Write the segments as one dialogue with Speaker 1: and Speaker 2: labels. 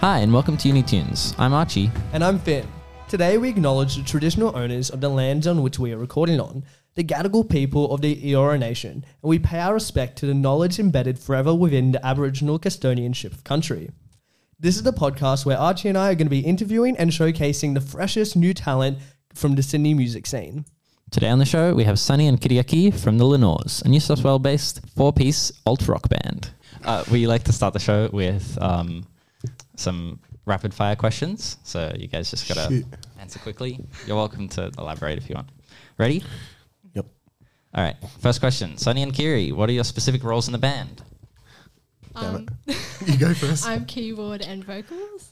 Speaker 1: Hi, and welcome to UniTunes. I'm Archie.
Speaker 2: And I'm Finn. Today we acknowledge the traditional owners of the lands on which we are recording on, the Gadigal people of the Eora Nation, and we pay our respect to the knowledge embedded forever within the Aboriginal custodianship of country. This is the podcast where Archie and I are going to be interviewing and showcasing the freshest new talent from the Sydney music scene.
Speaker 1: Today on the show, we have Sunny and Kiriaki from the Lenores, a New South Wales based four piece alt rock band. Uh, we like to start the show with um, some rapid fire questions. So you guys just got to
Speaker 3: Shit.
Speaker 1: answer quickly. You're welcome to elaborate if you want. Ready?
Speaker 3: Yep.
Speaker 1: All right. First question Sunny and Kiri, what are your specific roles in the band?
Speaker 3: Damn
Speaker 4: Um,
Speaker 3: You go first.
Speaker 4: I'm keyboard and vocals.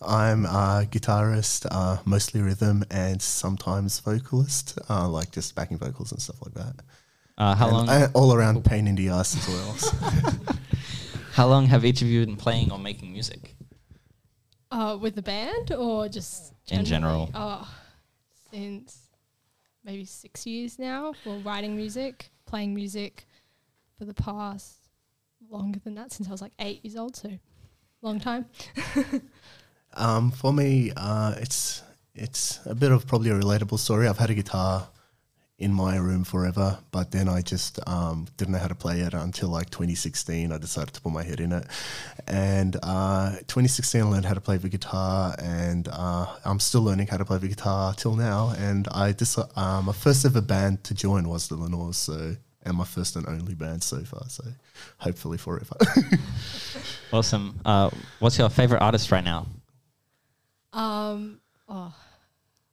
Speaker 3: I'm a guitarist, uh, mostly rhythm and sometimes vocalist, uh, like just backing vocals and stuff like that.
Speaker 1: Uh, how,
Speaker 3: And
Speaker 1: long,
Speaker 3: I- all around pain in the ass as well. so-
Speaker 1: how long have each of you been playing or making music?
Speaker 4: Uh, with the band or just
Speaker 1: In general.
Speaker 4: generally? Oh, since maybe six years now. Well, writing music, playing music for the past longer than that since I was like eight years old. So long time.
Speaker 3: um, for me, uh, it's it's a bit of probably a relatable story. I've had a guitar in my room forever, but then I just um, didn't know how to play it until like 2016. I decided to put my head in it, and uh, 2016 I learned how to play the guitar, and uh, I'm still learning how to play the guitar till now. And I just uh, my first ever band to join was the Lenores, so and my first and only band so far. So hopefully forever.
Speaker 1: Awesome. Uh, what's your favorite artist right now?
Speaker 4: Um, oh,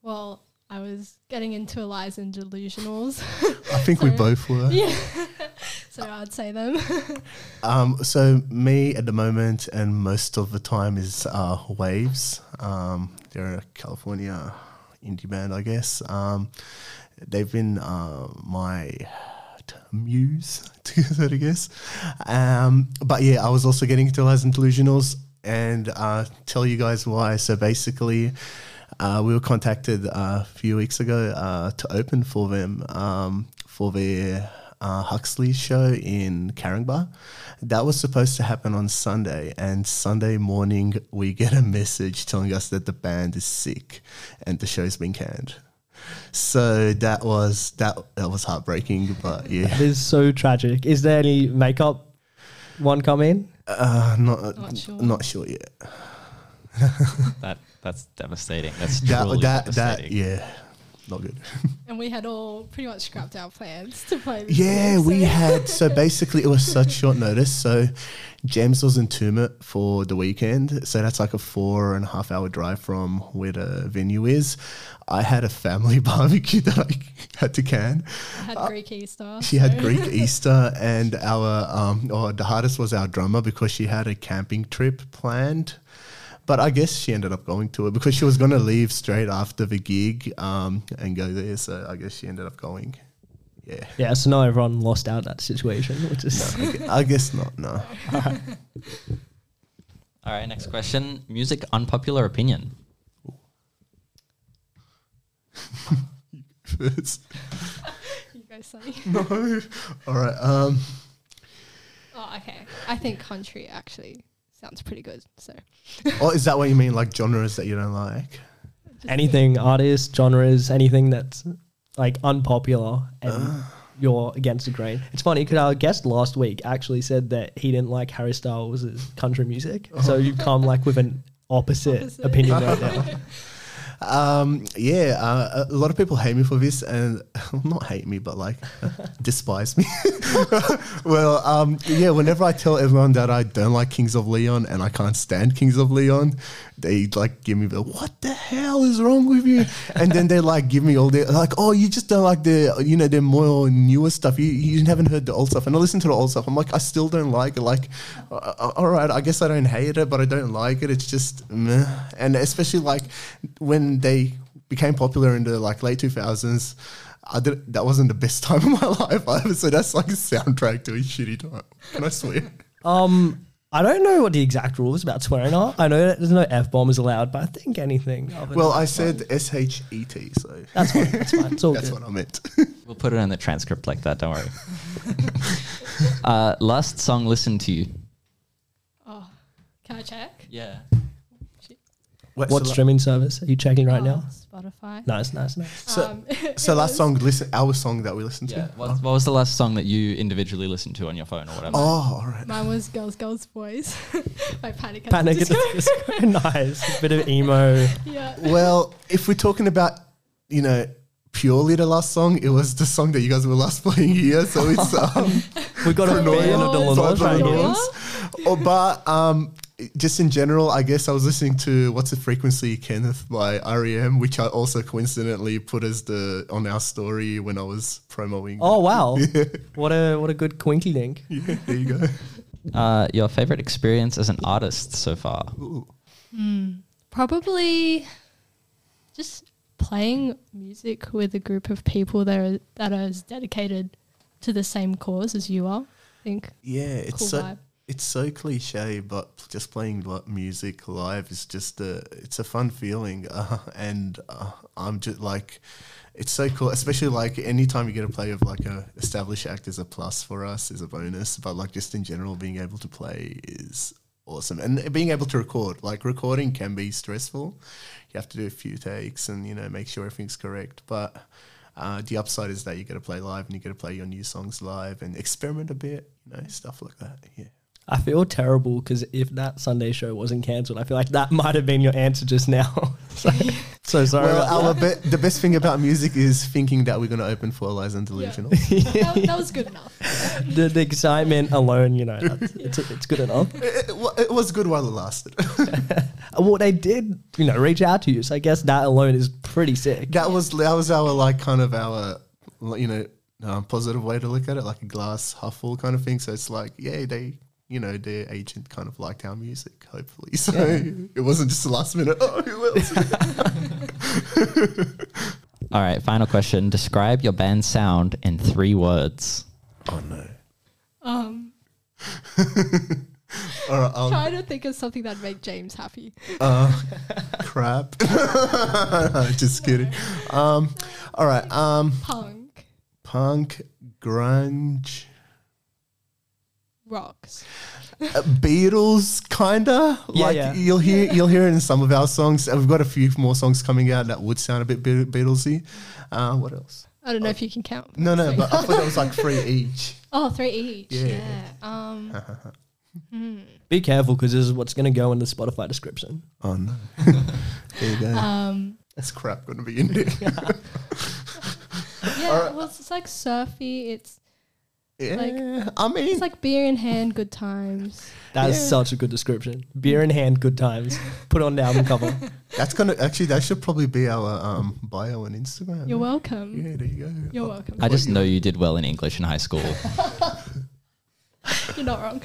Speaker 4: well, I was getting into Eliza and Delusionals,
Speaker 3: I think we
Speaker 4: Sorry.
Speaker 3: both were.
Speaker 4: so I'd say them.
Speaker 3: Um, so me at the moment and most of the time is uh, Waves. Um, they're a California indie band, I guess. Um, they've been uh, my t- muse, to use that, I guess. Um, but yeah, I was also getting into Lies and Delusionals and uh, tell you guys why. So basically, uh, we were contacted uh, a few weeks ago uh, to open for them um, for their uh, Huxley show in Caringbar. That was supposed to happen on Sunday, and Sunday morning we get a message telling us that the band is sick and the show's been canned. So that was that that was heartbreaking, but yeah,
Speaker 2: It is so tragic. Is there any makeup one come in?
Speaker 3: uh, not
Speaker 4: Not sure.
Speaker 3: not sure yet.
Speaker 1: That that's devastating. That's truly
Speaker 3: That that that
Speaker 1: devastating.
Speaker 3: yeah, not good.
Speaker 4: and we had all pretty much scrapped our plans to play. this
Speaker 3: Yeah,
Speaker 4: gig,
Speaker 3: we
Speaker 4: so-
Speaker 3: had. So basically, it was such short notice. So James was in Tumut for the weekend. So that's like a four and a half hour drive from where the venue is. I had a family barbecue that I had to can.
Speaker 4: I had Greek Easter.
Speaker 3: uh, She had Greek Easter, and our um, or the hardest was our drummer because she had a camping trip planned. But I guess she ended up going to it because she was going to leave straight after the gig um, and go there. So I guess she ended up going. Yeah.
Speaker 2: Yeah, so now everyone lost out that situation, which is
Speaker 3: I gu- I guess not. No.
Speaker 1: All right, next question. Music unpopular opinion.
Speaker 3: It's-
Speaker 4: You go, Sonny.
Speaker 3: no. All right. Um,
Speaker 4: Oh, okay. I think country actually sounds pretty good. So
Speaker 3: or oh, is that what you mean? Like genres that you don't like?
Speaker 4: just
Speaker 2: anything, artists, genres, anything that's like unpopular and
Speaker 3: Ah.
Speaker 2: you're against the grain. It's funny because our guest last week actually said that he didn't like Harry Styles' country music.
Speaker 3: Oh.
Speaker 2: So you've come like with an opposite,
Speaker 4: Opposite.
Speaker 2: opinion right now.
Speaker 3: Um, yeah. Uh, a lot of people hate me for this, and not hate me, but like despise me. well, um, yeah. Whenever I tell everyone that I don't like Kings of Leon and I can't stand Kings of Leon, they like give me the what the hell is wrong with you? And then they like give me all their like, oh, you just don't like the you know their more newer stuff. You you haven't heard the old stuff. And I listen to the old stuff. I'm like, I still don't like it. Like, uh, uh, all right, I guess I don't hate it, but I don't like it. It's just meh. and especially like when they became popular in the like late 2000s. I did, that wasn't the best time of my life either. So that's like a soundtrack to a shitty time. Can I swear?
Speaker 2: Um, I don't know what the exact rules about swearing are. I know that there's no F bomb is allowed, but I think anything. other than-
Speaker 3: well, I said S H E T, so
Speaker 2: that's fine. That's fine. It's all
Speaker 3: that's
Speaker 2: good.
Speaker 3: what I meant.
Speaker 1: We'll put it in the transcript like that. Don't worry. uh, last song listened to.
Speaker 4: Oh, can I check?
Speaker 1: Yeah.
Speaker 3: Wait,
Speaker 2: What
Speaker 3: so, la-
Speaker 2: streaming service are you checking right now?
Speaker 4: Oh, Spotify.
Speaker 2: Nice, nice, nice.
Speaker 3: So-
Speaker 4: um,
Speaker 3: so
Speaker 4: it
Speaker 3: last
Speaker 4: was-
Speaker 3: song, listen, our song that we listened
Speaker 1: Yeah.
Speaker 3: to.
Speaker 1: What, what was the last song that you individually listened to on your phone or whatever?
Speaker 3: Oh, all right.
Speaker 4: Mine was Girls, Girls, Boys by Panic! At the
Speaker 2: Panic at
Speaker 4: Disco.
Speaker 2: the Disco. nice. Bit of emo.
Speaker 4: Yeah.
Speaker 3: Well, if we're talking about, you know, purely the last song, it was the song that you guys were last playing here. So it's, um,
Speaker 2: We got a
Speaker 3: Granola.
Speaker 2: band of the
Speaker 4: Granola.
Speaker 2: Lenore's right
Speaker 3: Granola.
Speaker 2: now.
Speaker 3: oh, but um, just in general, I guess I was listening to What's the Frequency, Kenneth by REM, which I also coincidentally put as the on our story when I was promoting.
Speaker 2: Oh wow! What a what a good quinky link.
Speaker 3: Yeah, there you go.
Speaker 1: Uh, your favorite experience as an artist so far?
Speaker 3: Ooh.
Speaker 4: Hmm. Probably just playing music with a group of people that are that are as dedicated to the same cause as you are. I think
Speaker 3: Yeah, it's
Speaker 4: cool
Speaker 3: so
Speaker 4: vibe.
Speaker 3: it's so cliche, but pl- just playing li- music live is just a it's a fun feeling, uh, and uh, I'm just like. It's so cool, especially like anytime you get to play with like a established act is a plus for us, is a bonus. But like just in general, being able to play is awesome, and being able to record. Like recording can be stressful. You have to do a few takes and you know make sure everything's correct. But uh, the upside is that you get to play live and you get to play your new songs live and experiment a bit, you know, stuff like that. Yeah.
Speaker 2: I feel terrible because if that Sunday show wasn't cancelled, I feel like that might have been your answer just now. so, so sorry.
Speaker 3: Well,
Speaker 2: about
Speaker 3: our be- the best thing about music is thinking that we're going to open for Lies and Delusional.
Speaker 4: that, that was good enough.
Speaker 2: that. the, the excitement alone, you know, that's, it's, it's good enough. Uh,
Speaker 3: it, it wa- it was good while it lasted.
Speaker 2: Well, they did, you know, reach out to you. So I guess that alone is pretty sick.
Speaker 3: that was that was our like kind of our like, you know um, positive way to look at it, like a glass half full kind of thing. So it's like, yeah, they you know their agent kind of liked our music, hopefully. So it wasn't just the last minute. Oh, who else?
Speaker 1: All right, final question. Describe your band's sound in three words.
Speaker 3: oh no.
Speaker 4: Um,
Speaker 3: All right, I'll-
Speaker 4: trying to think of something that'd make James happy.
Speaker 3: Uh, crap. Just kidding. Um, all right. Um,
Speaker 4: Punk,
Speaker 3: punk, grunge,
Speaker 4: rocks.
Speaker 3: uh, Beatles, kinda.
Speaker 2: Yeah,
Speaker 3: like
Speaker 2: yeah.
Speaker 3: you'll hear you'll hear it in some of our songs. Uh, We've got a few more songs coming out that would sound a bit Be- Beatlesy. Uh, what else?
Speaker 4: I don't know if you can count.
Speaker 3: No, no.
Speaker 4: Sorry.
Speaker 3: But I thought it was like three each.
Speaker 4: oh, three each.
Speaker 3: Yeah.
Speaker 4: Yeah. Um, hmm.
Speaker 2: Be careful because this is what's going to go in the Spotify description.
Speaker 3: Oh no. there you go.
Speaker 4: um,
Speaker 3: That's crap going to be in there.
Speaker 4: yeah. Well, it's, it's like surfy. It's
Speaker 3: yeah.
Speaker 4: Like-
Speaker 3: I mean,
Speaker 4: it's like beer in hand, good times.
Speaker 2: That's
Speaker 3: Yeah.
Speaker 2: such a good description. Beer in hand, good times. Put on the album cover.
Speaker 3: that's gonna actually that should probably be our um, bio on Instagram.
Speaker 4: You're welcome.
Speaker 3: Yeah, there you go.
Speaker 4: You're welcome.
Speaker 1: I just
Speaker 3: you-
Speaker 1: know you did well in English in high school.
Speaker 4: You're not
Speaker 3: Uh,
Speaker 4: wrong.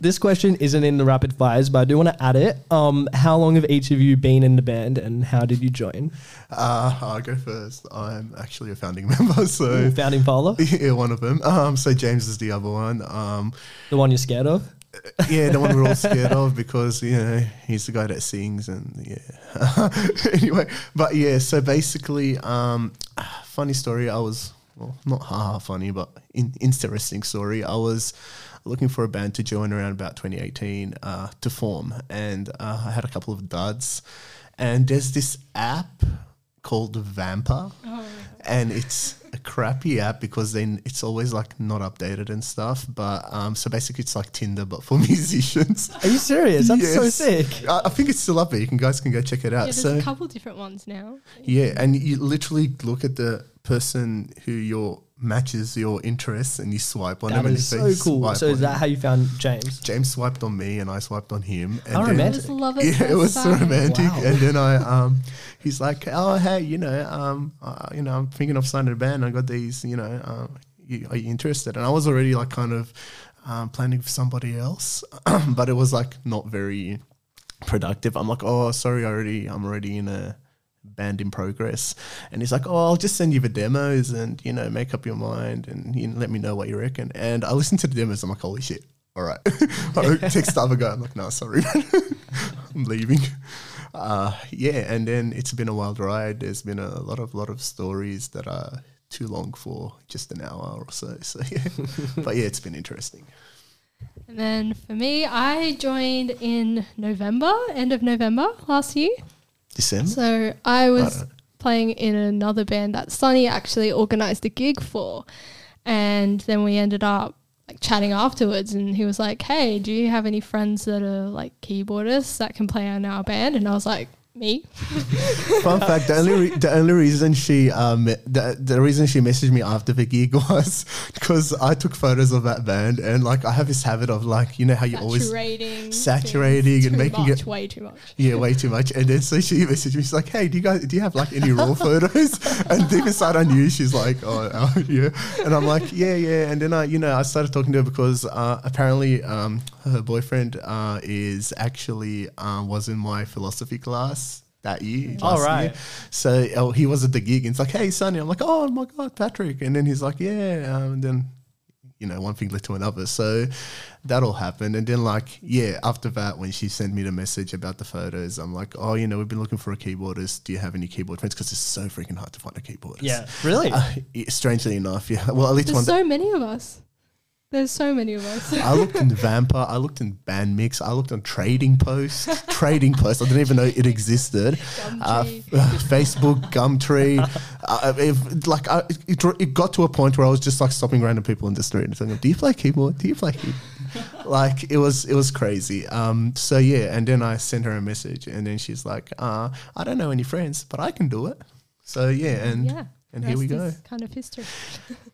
Speaker 2: This question isn't in the rapid fires, but I do want to add it. Um, how long have each of you been in the band, and how did you join?
Speaker 3: Uh, I'll go first. I'm actually a founding member, so
Speaker 2: Ooh, Founding Paula,
Speaker 3: yeah, one of them. Um, so James is the other one. Um,
Speaker 2: the one you're scared of.
Speaker 3: yeah, the one we're all scared of because you know he's the guy that sings and yeah. anyway, but yeah, so basically, um, funny story. I was well, not haha funny, but in, interesting story. I was looking for a band to join around about 2018 uh, to form, and uh, I had a couple of duds. And there's this app called Vampa and it's a crappy app because then it's always like not updated and stuff. But um, so basically, it's like Tinder but for musicians.
Speaker 2: Are you serious? That's so
Speaker 3: Yes.
Speaker 2: sick.
Speaker 3: I, I think it's still up there. You can guys can go check it
Speaker 4: Yeah,
Speaker 3: out.
Speaker 4: there's
Speaker 3: so
Speaker 4: a couple different ones now.
Speaker 3: yeah, and you literally look at the person who your matches your interests, and you swipe on
Speaker 2: That
Speaker 3: them. and
Speaker 2: is
Speaker 3: if
Speaker 2: so
Speaker 3: they
Speaker 2: cool.
Speaker 3: swipe
Speaker 2: So is
Speaker 3: on
Speaker 2: that
Speaker 3: you-
Speaker 2: how you found James?
Speaker 3: James swiped on me, and I swiped on him. And
Speaker 2: How
Speaker 3: then-
Speaker 4: I
Speaker 2: romantic.
Speaker 4: just love it.
Speaker 3: yeah, it was so romantic.
Speaker 2: Wow.
Speaker 3: And then I, um, he's like, oh hey, you know, um, uh, you know, I'm thinking of signing a band. I got these, you know, uh, you, are you interested? And I was already like kind of um, planning for somebody else, but it was like not very productive. I'm like, oh, sorry, I already, I'm already in a band in progress. And he's like, oh, I'll just send you the demos and you know, make up your mind and you know, let me know what you reckon. And I listened to the demos. I'm like, holy shit. All right. I text the other guy. I'm like, no, sorry, I'm leaving. Uh, yeah, and then it's been a wild ride. There's been a lot of lot of stories that are too long for just an hour or so. So yeah, but yeah, it's been interesting.
Speaker 4: And then for me, I joined in November, end of November last year.
Speaker 3: December.
Speaker 4: So I was
Speaker 3: Alright.
Speaker 4: playing in another band that Sunny actually organized a gig for. And then we ended up like chatting afterwards and he was like, Hey, do you have any friends that are like keyboardists that can play in our band? And I was like, Me?
Speaker 3: Fun fact: the only re- the only reason she um the, the reason she messaged me after the gig was because I took photos of that band and like I have this habit of like you know how you always
Speaker 4: saturating.
Speaker 3: saturating
Speaker 4: things
Speaker 3: and
Speaker 4: too
Speaker 3: making
Speaker 4: much,
Speaker 3: it-
Speaker 4: way too much.
Speaker 3: yeah way too much and then so she messaged me she's like hey do you guys do you have like any raw photos and deep inside I knew she's like oh, oh, yeah and I'm like yeah yeah and then I you know I started talking to her because uh, apparently um her boyfriend uh is actually um was in my philosophy class. That year,
Speaker 2: Oh,
Speaker 3: last year.
Speaker 2: right.
Speaker 3: So oh, he was at the gig and it's like, hey, Sonny. I'm like, oh my God, Patrick. And then he's like, yeah. Um, and then, you know, one thing led to another. So that all happened. And then, like, yeah, after that, when she sent me the message about the photos, I'm like, oh, you know, we've been looking for a keyboardist. Do you have any keyboard friends? Because it's so freaking hard to find a keyboardist.
Speaker 2: Yeah, really.
Speaker 3: Uh, yeah, strangely enough, yeah. Well, at least
Speaker 4: There's
Speaker 3: one.
Speaker 4: so many of us. There's so many of us.
Speaker 3: I looked in Vampire, I looked in Band Mix, I looked on Trading Post. Trading Post, I didn't even know it existed. Uh,
Speaker 4: Gumtree.
Speaker 3: Facebook, Gumtree. Uh, if, like, I, it, it got to a point where I was just like stopping random people in the street and saying, "Do you play keyboard? Do you play keyboard?" like it was, it was crazy. Um, so yeah, and then I sent her a message, and then she's like, uh, "I don't know any friends, but I can do it." So yeah, and
Speaker 4: yeah.
Speaker 3: and here we
Speaker 4: rest
Speaker 3: go.
Speaker 4: is Kind of history.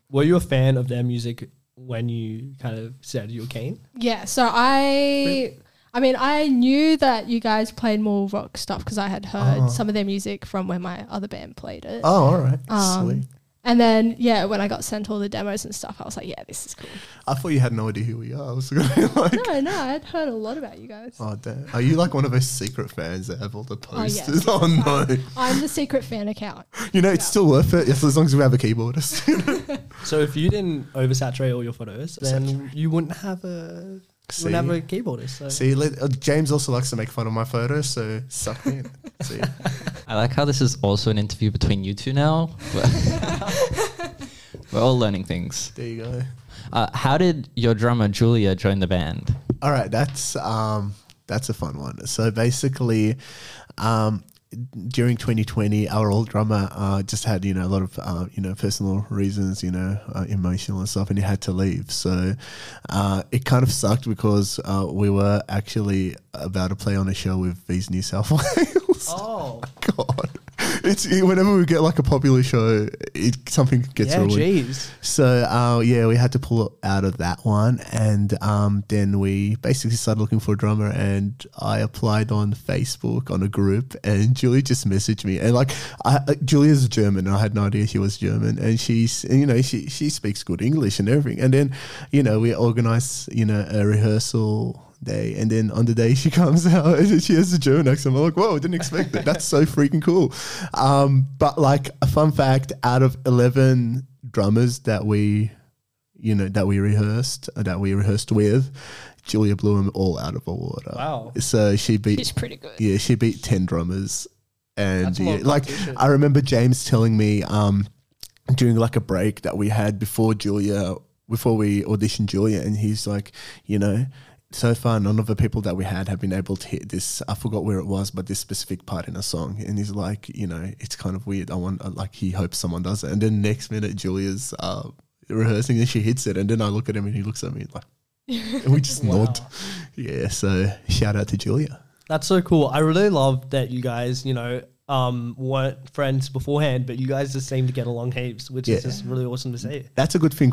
Speaker 2: Were you a fan of their music when you kind of said you were keen?
Speaker 4: Yeah, so I I mean, I knew that you guys played more rock stuff because I had heard
Speaker 3: Oh.
Speaker 4: some of their music from when my other band played it.
Speaker 3: Oh, all right,
Speaker 4: Um,
Speaker 3: sweet.
Speaker 4: And then, yeah, when I got sent all the demos and stuff, I was like, yeah, this is cool.
Speaker 3: I thought you had no idea who we are. I was gonna be like.
Speaker 4: No, no, I'd heard a lot about you guys.
Speaker 3: Oh damn! Are you like one of those secret fans that have all the
Speaker 4: Oh, yes.
Speaker 3: posters? Oh,
Speaker 4: I'm the secret fan account.
Speaker 3: no! You know it's
Speaker 4: Yeah.
Speaker 3: still worth it yes, as long as we have a keyboardist.
Speaker 2: So if you didn't oversaturate all your photos, then
Speaker 3: Saturate.
Speaker 2: you wouldn't have a you
Speaker 3: See,
Speaker 2: wouldn't have a keyboardist. So.
Speaker 3: see, let, uh, James also likes to make fun of my photos, so suck me in. See,
Speaker 1: I like how this is also an interview between you two now. We're all learning things.
Speaker 3: there you go.
Speaker 1: Uh, how did your drummer Julia join the band?
Speaker 3: All right, that's um, that's a fun one. So basically, um, during 2020, our old drummer uh, just had you know a lot of uh, you know personal reasons, you know, uh, emotional and stuff, and he had to leave. So uh, it kind of sucked because uh, we were actually about to play on a show with these New South Wales.
Speaker 2: Oh,
Speaker 3: God, it's whenever we get like a popular show, it something gets
Speaker 2: yeah,
Speaker 3: ruined.
Speaker 2: jeez.
Speaker 3: So uh, yeah, we had to pull out of that one, and um, then we basically started looking for a drummer. And I applied on Facebook on a group, and Julie just messaged me, and like I, uh, Julia's German, and I had no idea she was German, and she's and, you know she she speaks good English and everything. And then you know we organized you know a rehearsal day, and then on the day she comes out, and she has a German accent. I'm like, whoa, didn't expect that. That's so freaking cool. Um, but like a fun fact, out of eleven drummers that we, you know, that we rehearsed, uh, that we rehearsed with, Julia blew them all out of the water.
Speaker 2: Wow.
Speaker 3: So she beat,
Speaker 4: She's pretty good.
Speaker 3: yeah, she beat ten drummers, and
Speaker 2: That's a lot
Speaker 3: yeah,
Speaker 2: of
Speaker 3: like
Speaker 2: competition.
Speaker 3: I remember James telling me um, during like a break that we had before Julia, before we auditioned Julia, and he's like, you know, so far none of the people that we had have been able to hit this. I forgot where it was, but this specific part in a song, and he's like, you know, it's kind of weird. I want uh, like he hopes someone does it, and then next minute Julia's uh, rehearsing and she hits it, and then I look at him and he looks at me like, and we just nod. Yeah, so shout out to Julia.
Speaker 2: That's so cool. I really love that you guys, you know, um, weren't friends beforehand, but you guys just seem to get along heaps, which
Speaker 3: Yeah.
Speaker 2: is just really awesome to see.
Speaker 3: that's a good thing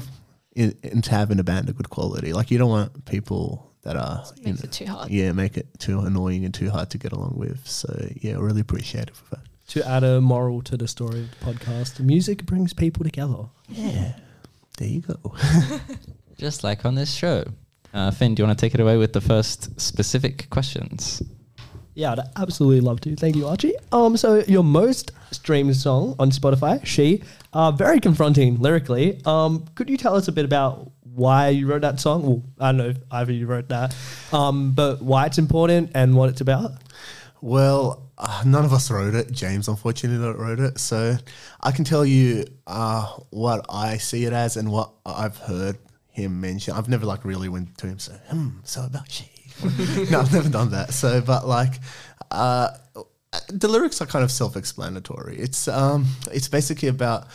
Speaker 3: in, in to have in a band a good quality. Like you don't want people that are you
Speaker 4: Makes
Speaker 3: know,
Speaker 4: it too hard.
Speaker 3: yeah make it too annoying and too hard to get along with. So yeah, I really appreciate it for that.
Speaker 2: To add a moral to the story of the podcast, music brings people together.
Speaker 3: Yeah, there you go.
Speaker 1: Just like on this show. Uh, Finn, do you want to take it away with the first specific questions?
Speaker 2: Yeah, I'd absolutely love to. Thank you, Archie. Um, so your most streamed song on Spotify, "She," uh, very confronting lyrically. Um, could you tell us a bit about why you wrote that song? Well, I don't know if either you wrote that, um, but why it's important and what it's about.
Speaker 3: Well, uh, none of us wrote it. James, unfortunately, not wrote it. So I can tell you uh, what I see it as and what I've heard him mention. I've never like really went to him. So hmm, so about she. no, I've never done that. So, but like, uh, the lyrics are kind of self-explanatory. It's um, it's basically about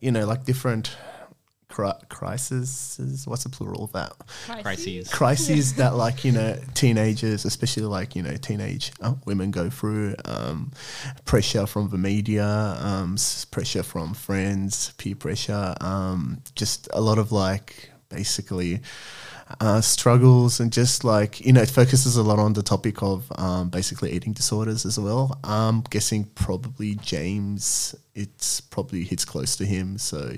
Speaker 3: you know like different cri- crises. What's the plural of that?
Speaker 1: Crises.
Speaker 3: crises that like you know teenagers especially like you know teenage uh, women go through um, pressure from the media um, s- pressure from friends peer pressure um, just a lot of like basically uh, struggles and just like you know it focuses a lot on the topic of um, basically eating disorders as well i'm guessing probably james it's probably hits close to him so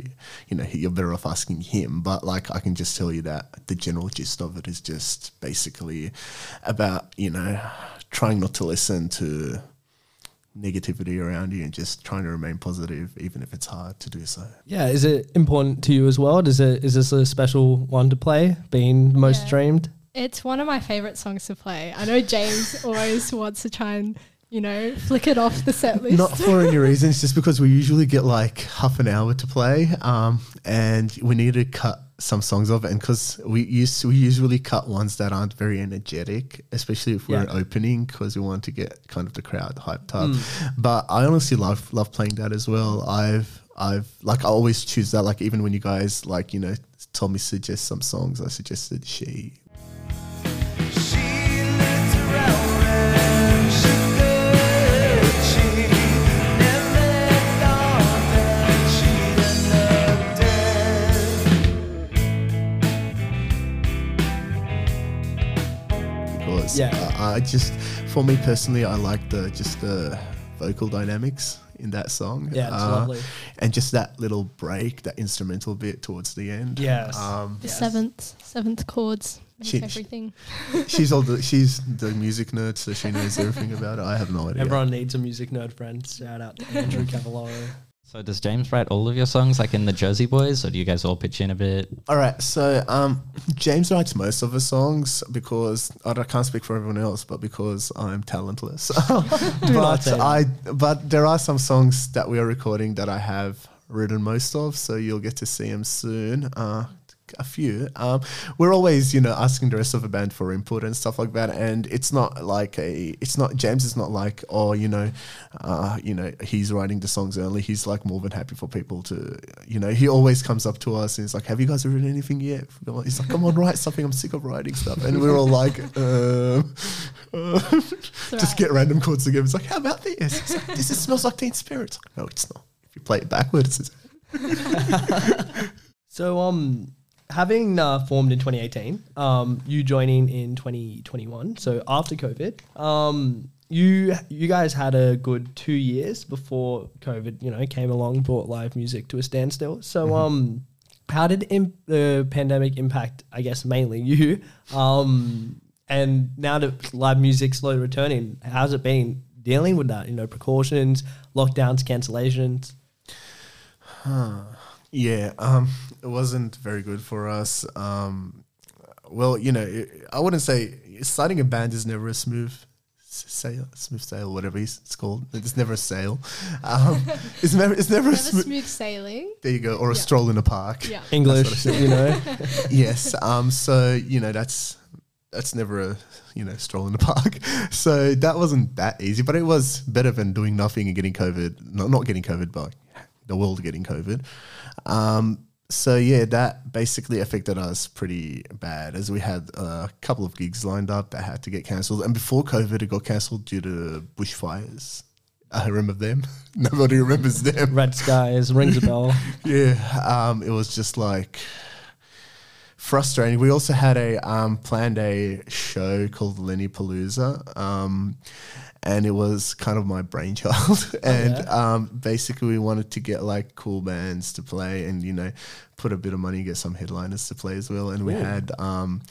Speaker 3: you know you're better off asking him but like i can just tell you that the general gist of it is just basically about you know trying not to listen to negativity around you and just trying to remain positive even if it's hard to do so
Speaker 2: Yeah, is it important to you as well? Does it is this a special one to play? Being most
Speaker 4: Yeah.
Speaker 2: streamed?
Speaker 4: It's one of my favorite songs to play. I know James always wants to try and, you know, flick it off the set list.
Speaker 3: Not for any reasons, just because we usually get like half an hour to play, um, and we need to cut some songs off. And because we used we usually cut ones that aren't very energetic, especially if we're
Speaker 2: Yeah.
Speaker 3: opening, because we want to get kind of the crowd hyped up. But I honestly love love playing that as well. I've I've like I always choose that. Like even when you guys like you know told me suggest some songs, I suggested she because
Speaker 2: Yeah.
Speaker 3: I, I just for me personally I like the just the vocal dynamics in that song
Speaker 2: Yeah, it's
Speaker 3: Uh,
Speaker 2: lovely.
Speaker 3: and just that little break that instrumental bit towards the end
Speaker 2: Yes.
Speaker 3: um
Speaker 4: the seventh, seventh chords. makes
Speaker 3: She-
Speaker 4: everything.
Speaker 3: she's all the she's the music nerd so she knows everything about it i have no idea
Speaker 2: Everyone needs a music nerd friend. Shout out to Andrew Cavallaro.
Speaker 1: So does James write all of your songs like in the Jersey Boys, or do you guys all pitch in a bit?
Speaker 3: All right, so um, James writes most of the songs because I don't- I can't speak for everyone else, but because I'm talentless.
Speaker 2: not
Speaker 3: but uh,
Speaker 2: say that.
Speaker 3: I, but there are some songs that we are recording that I have written most of, so you'll get to see them soon. Uh, a few. Um, we're always, you know, asking the rest of the band for input and stuff like that, and it's not like a, it's not James is not like, oh, you know, uh, you know, he's writing the songs early. He's like more than happy for people to, you know, he always comes up to us and he's like, "Have you guys written anything yet?" He's like, "Come on, write something. I'm sick of writing stuff." And we're all like, um, um, "Just
Speaker 4: right.
Speaker 3: get random chords together." It's like, "How about this?" It's like, "This is, smells like Teen Spirit." It's like, no, it's not. If you play it backwards, it's
Speaker 2: So um having uh, formed in 2018, um you joining in 2021, so after COVID, um you you guys had a good 2 years before COVID, you know, came along brought live music to a standstill. So um how did im- the pandemic impact I guess mainly you um and now that live music's slowly returning, how's it been dealing with that, you know, precautions, lockdowns, cancellations?
Speaker 3: Yeah, um, it wasn't very good for us. Um, well, you know, it, I wouldn't say starting a band is never a smooth s- sail, smooth sail, whatever it's it's called. It's never a sail. Um, it's never, it's never, a
Speaker 4: Never
Speaker 3: smooth.
Speaker 4: smooth sailing.
Speaker 3: there you go, or a
Speaker 4: Yeah.
Speaker 3: stroll in a park.
Speaker 4: Yeah.
Speaker 2: English, you know.
Speaker 3: yes. Um. So you know that's that's never a you know stroll in the park. So that wasn't that easy, but it was better than doing nothing and getting COVID. Not not getting COVID, but the world getting COVID. Um. So yeah, that basically affected us pretty bad, as we had a couple of gigs lined up that had to get cancelled, and before COVID, it got cancelled due to bushfires. I remember them. Nobody remembers them
Speaker 2: Red skies rings a bell.
Speaker 3: yeah, um, it was just like frustrating. We also had a um, planned a show called Lenny Palooza, um, and it was kind of my
Speaker 2: Oh,
Speaker 3: brainchild. and um, basically, we wanted to get like cool bands to play, and you know, put a bit of money and get some headliners to play as well. And we had. Um,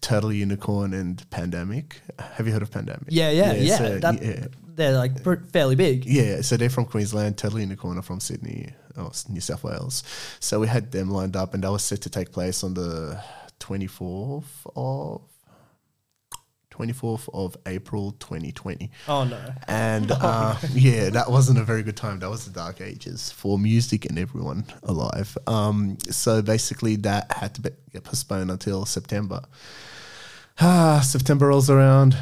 Speaker 3: Turtle Unicorn and Pandemic. Have you heard of Pandemic?
Speaker 2: Yeah, yeah, yeah.
Speaker 3: so,
Speaker 2: that,
Speaker 3: yeah.
Speaker 2: They're like pr- fairly big.
Speaker 3: Yeah, so they're from Queensland, totally in the corner from Sydney, or s- New South Wales. So we had them lined up, and that was set to take place on the 24th of 24th of April 2020.
Speaker 2: Oh no.
Speaker 3: And uh, yeah, that wasn't a very good time. That was the dark ages for music and everyone alive. Um, so basically, that had to be get postponed until September. Ah, September rolls around,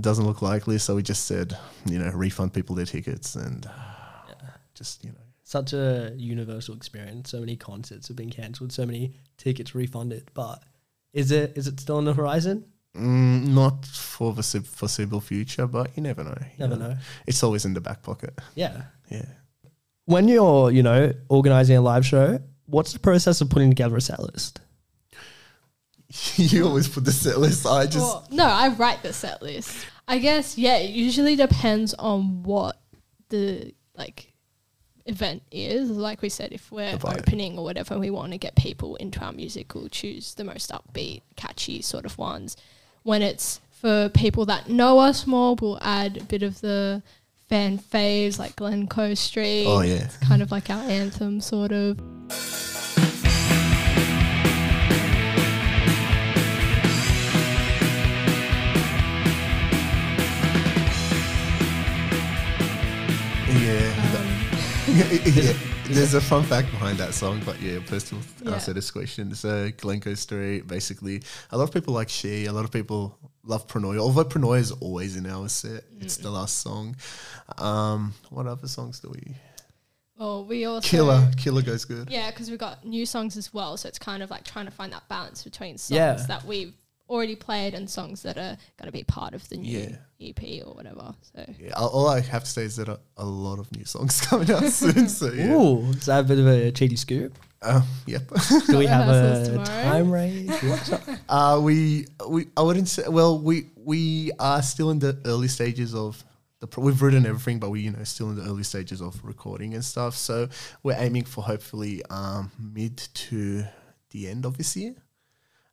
Speaker 3: doesn't look likely. So we just said, you know, refund people their tickets and ah, just, you know.
Speaker 2: Such a universal experience. So many concerts have been cancelled. So many tickets refunded. But is it is it still on the horizon?
Speaker 3: Mm, not for the sub- foreseeable future, but you never know. you
Speaker 2: Never know.
Speaker 3: It's always in the back pocket.
Speaker 2: Yeah.
Speaker 3: Yeah.
Speaker 2: When you're you know organising a live show, what's the process of putting together a set list?
Speaker 3: you always put the set list. I just
Speaker 4: Well, no, I write the set list. I guess yeah, it usually depends on what the like event is. Like we said, if we're
Speaker 3: The vibe.
Speaker 4: opening or whatever, we want to get people into our music. We'll choose the most upbeat, catchy sort of ones. When it's for people that know us more, we'll add a bit of the fan faves like Glencoe Street.
Speaker 3: Oh, yeah.
Speaker 4: it's kind of like our anthem, sort of.
Speaker 3: yeah.
Speaker 4: Um,
Speaker 3: yeah, there's a fun fact behind that song, but yeah, personal
Speaker 4: Yeah.
Speaker 3: answer to this question. So Glencoe Street, basically, a lot of people like She, a lot of people love Pranoy, although Pranoy is always in our set. It's the last song. Um, what other songs do we?
Speaker 4: well, we also
Speaker 3: Killer, Killer goes good.
Speaker 4: Yeah, because we've got new songs as well, so it's kind of like trying to find that balance between songs
Speaker 2: Yeah.
Speaker 4: that we've already played and songs that are going to be part of the new EP or whatever. So
Speaker 3: Yeah, all- all I have to say is that a, a lot of new songs coming out soon. So yeah,
Speaker 2: Ooh, is that a bit of a cheaty scoop?
Speaker 3: Um, yep.
Speaker 2: Do we have a
Speaker 4: Rehearsals tomorrow.
Speaker 2: time range? What's up?
Speaker 3: Uh, we we I wouldn't say. Well, we we are still in the early stages of the. Pro- we've written everything, but we you know still in the early stages of recording and stuff. So we're aiming for hopefully um, mid to the end of this year.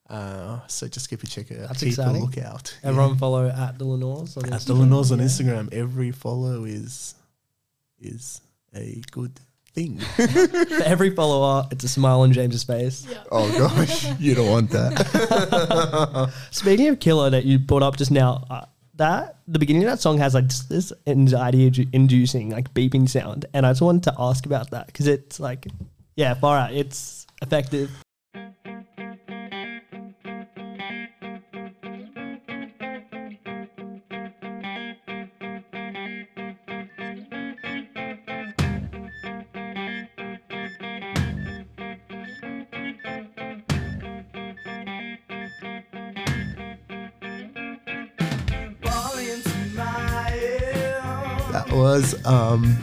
Speaker 3: Uh, so just keep a check out.
Speaker 2: That's
Speaker 3: keep
Speaker 2: exciting.
Speaker 3: a lookout.
Speaker 2: Everyone follow at the Lenores.
Speaker 3: yeah. at the Lenores on Instagram. Every follow is is a good thing.
Speaker 2: For every follower, it's a smile on James's face.
Speaker 3: oh gosh, you don't want that.
Speaker 2: Speaking of killer that you brought up just now, uh, that the beginning of that song has like just this anxiety-inducing like beeping sound, and I just wanted to ask about that because it's like, yeah, far out. It's effective.
Speaker 3: That was um,